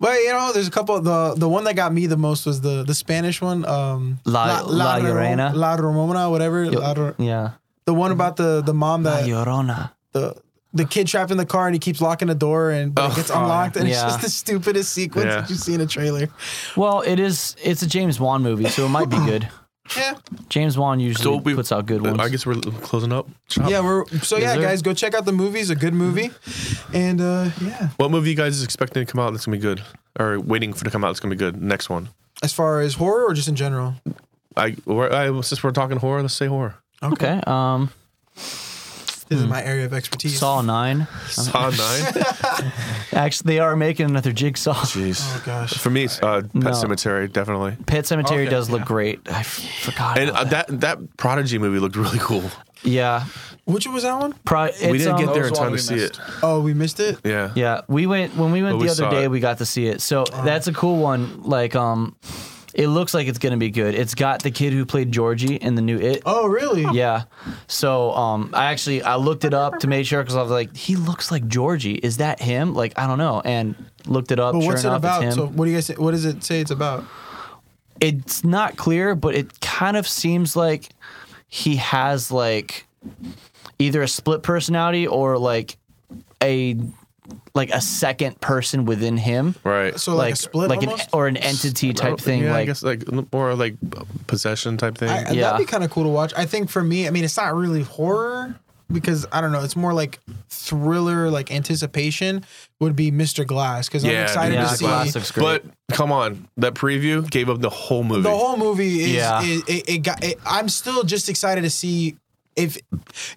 [SPEAKER 2] But you know, there's a couple. the The one that got me the most was the the Spanish one. Um,
[SPEAKER 1] La- La
[SPEAKER 2] Rom-
[SPEAKER 1] Llorona.
[SPEAKER 2] La Romona, whatever. La Ro-
[SPEAKER 1] Yeah.
[SPEAKER 2] the one about the the mom
[SPEAKER 1] La
[SPEAKER 2] that
[SPEAKER 1] Llorona.
[SPEAKER 2] the the kid trapped in the car and he keeps locking the door and but it gets unlocked and it's
[SPEAKER 1] Yeah.
[SPEAKER 2] just the stupidest sequence
[SPEAKER 3] Yeah.
[SPEAKER 2] that you see in a trailer.
[SPEAKER 1] Well, it is. It's a James Wan movie, so it might be good.
[SPEAKER 2] Yeah.
[SPEAKER 1] James Wan
[SPEAKER 4] So
[SPEAKER 1] usually
[SPEAKER 4] we-
[SPEAKER 1] puts out good ones.
[SPEAKER 3] I guess we're closing up.
[SPEAKER 2] Yeah, we're so yeah,
[SPEAKER 1] sir.
[SPEAKER 2] guys, go check out the movies, a good movie. And uh yeah.
[SPEAKER 3] What movie you guys is expecting to come out that's gonna be good, or waiting for to come out that's gonna be good? Next one.
[SPEAKER 2] As far as horror or just in general?
[SPEAKER 3] I, we're, I since we're talking horror, let's say horror.
[SPEAKER 1] okay. Um,
[SPEAKER 2] This
[SPEAKER 1] Hmm.
[SPEAKER 2] is my area of expertise.
[SPEAKER 1] Saw Nine.
[SPEAKER 2] Uh-huh.
[SPEAKER 3] Saw nine.
[SPEAKER 1] Actually, they are making another Jigsaw.
[SPEAKER 3] Jeez.
[SPEAKER 2] Oh gosh.
[SPEAKER 3] For me, it's uh, Pet
[SPEAKER 1] No.
[SPEAKER 3] Cemetery definitely.
[SPEAKER 1] Pet Cemetery
[SPEAKER 4] Okay,
[SPEAKER 1] does look great. I f- forgot.
[SPEAKER 3] And
[SPEAKER 1] about
[SPEAKER 3] uh,
[SPEAKER 1] that.
[SPEAKER 3] that that Prodigy movie looked really cool.
[SPEAKER 1] Yeah.
[SPEAKER 2] Which was that one?
[SPEAKER 1] Pri- it's,
[SPEAKER 3] we didn't
[SPEAKER 1] um,
[SPEAKER 3] get there in
[SPEAKER 4] That
[SPEAKER 3] time to
[SPEAKER 4] was
[SPEAKER 3] see
[SPEAKER 4] one we
[SPEAKER 3] it.
[SPEAKER 2] Oh, we missed it.
[SPEAKER 3] Yeah.
[SPEAKER 1] Yeah, we went when we went
[SPEAKER 3] But we
[SPEAKER 1] the other
[SPEAKER 3] saw
[SPEAKER 1] day.
[SPEAKER 3] it.
[SPEAKER 1] We got to see it, so
[SPEAKER 2] Oh.
[SPEAKER 1] that's a cool one. Like, um, it looks like it's gonna be good. It's got the kid who played Georgie in the new It.
[SPEAKER 2] Oh, really?
[SPEAKER 1] Yeah, so um, I actually I looked it up to make sure because I was like, he looks like Georgie. Is that him? Like, I don't know, and looked it up.
[SPEAKER 2] But
[SPEAKER 1] sure
[SPEAKER 2] what's it
[SPEAKER 1] enough,
[SPEAKER 2] about?
[SPEAKER 1] It's him.
[SPEAKER 2] So, what do you guys? Say, what does it say it's about?
[SPEAKER 1] it's not clear, but it kind of seems like he has like either a split personality or like a like a second person within him.
[SPEAKER 3] Right.
[SPEAKER 2] So, like, a split,
[SPEAKER 1] like an
[SPEAKER 2] almost?
[SPEAKER 1] or an entity type thing.
[SPEAKER 3] yeah, I
[SPEAKER 1] like
[SPEAKER 3] guess like more like possession type thing.
[SPEAKER 2] I,
[SPEAKER 1] Yeah.
[SPEAKER 2] That'd be kind of cool to watch. I think for me, I mean, it's not really horror because I don't know. It's more like thriller, like anticipation would be Mr. Glass because I'm
[SPEAKER 3] Yeah,
[SPEAKER 2] excited
[SPEAKER 1] yeah,
[SPEAKER 2] to see.
[SPEAKER 1] Glass looks great.
[SPEAKER 3] but come on, that preview gave up the whole movie.
[SPEAKER 2] the whole movie is,
[SPEAKER 1] Yeah.
[SPEAKER 2] is- it, it, got it, i'm still just excited to see if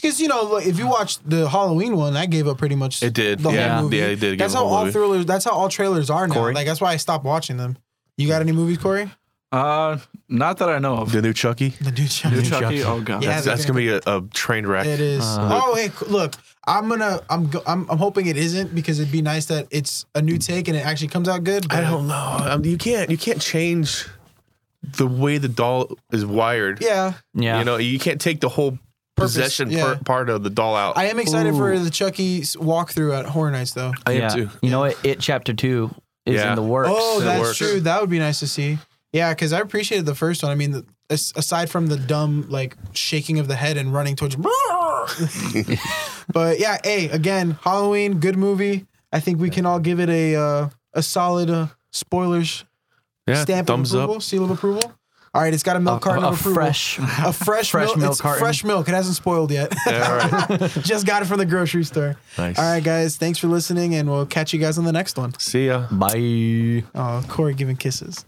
[SPEAKER 2] because you know like, if you watch the halloween one that gave up pretty much
[SPEAKER 3] It did,
[SPEAKER 2] the
[SPEAKER 3] yeah.
[SPEAKER 2] whole movie
[SPEAKER 3] Yeah, it did give
[SPEAKER 2] that's
[SPEAKER 3] up
[SPEAKER 2] how
[SPEAKER 3] the whole
[SPEAKER 2] all
[SPEAKER 3] movie.
[SPEAKER 2] thrillers that's how all trailers are now like that's why i stopped watching them you got any movies corey
[SPEAKER 4] Uh, not that I know of.
[SPEAKER 3] the new Chucky.
[SPEAKER 2] the new Chucky.
[SPEAKER 4] New Chucky. Oh god.
[SPEAKER 2] Yeah.
[SPEAKER 3] That's, that's gonna be a, a train wreck.
[SPEAKER 2] it is oh hey c- look i'm gonna I'm, go, I'm i'm hoping it isn't because it'd be nice that it's a new take and it actually comes out good but
[SPEAKER 3] I don't know. Um, you can't you can't change the way the doll is wired.
[SPEAKER 2] yeah
[SPEAKER 1] yeah,
[SPEAKER 3] You know, you can't take the whole
[SPEAKER 2] Purpose,
[SPEAKER 3] possession
[SPEAKER 2] yeah.
[SPEAKER 3] per- part of the doll out.
[SPEAKER 2] i am excited for the chucky's walkthrough at horror nights though
[SPEAKER 3] I
[SPEAKER 1] yeah. You know what? It chapter two is
[SPEAKER 3] Yeah.
[SPEAKER 1] in the works.
[SPEAKER 2] Oh,
[SPEAKER 3] that
[SPEAKER 2] that's
[SPEAKER 3] works.
[SPEAKER 2] true. That would be nice to see. Yeah, because I appreciated the first one. I mean, the, as- aside from the dumb like shaking of the head and running towards, but yeah, hey, again, Halloween, good movie. I think we can all give it a uh, a solid uh, spoilers
[SPEAKER 3] Yeah,
[SPEAKER 2] stamp
[SPEAKER 3] thumbs
[SPEAKER 2] of approval,
[SPEAKER 3] up.
[SPEAKER 2] seal of approval. All right, it's got a milk carton
[SPEAKER 1] a,
[SPEAKER 2] of
[SPEAKER 1] a
[SPEAKER 2] approval.
[SPEAKER 1] fresh.
[SPEAKER 2] A fresh,
[SPEAKER 1] fresh
[SPEAKER 2] milk,
[SPEAKER 1] milk
[SPEAKER 2] it's
[SPEAKER 1] carton.
[SPEAKER 2] fresh milk. It hasn't spoiled yet.
[SPEAKER 3] Yeah, all right.
[SPEAKER 2] Just got it from the grocery store.
[SPEAKER 3] Nice.
[SPEAKER 2] All right, guys, thanks for listening, and we'll catch you guys on the next one.
[SPEAKER 3] See ya.
[SPEAKER 1] Bye.
[SPEAKER 2] Oh, Corey giving kisses.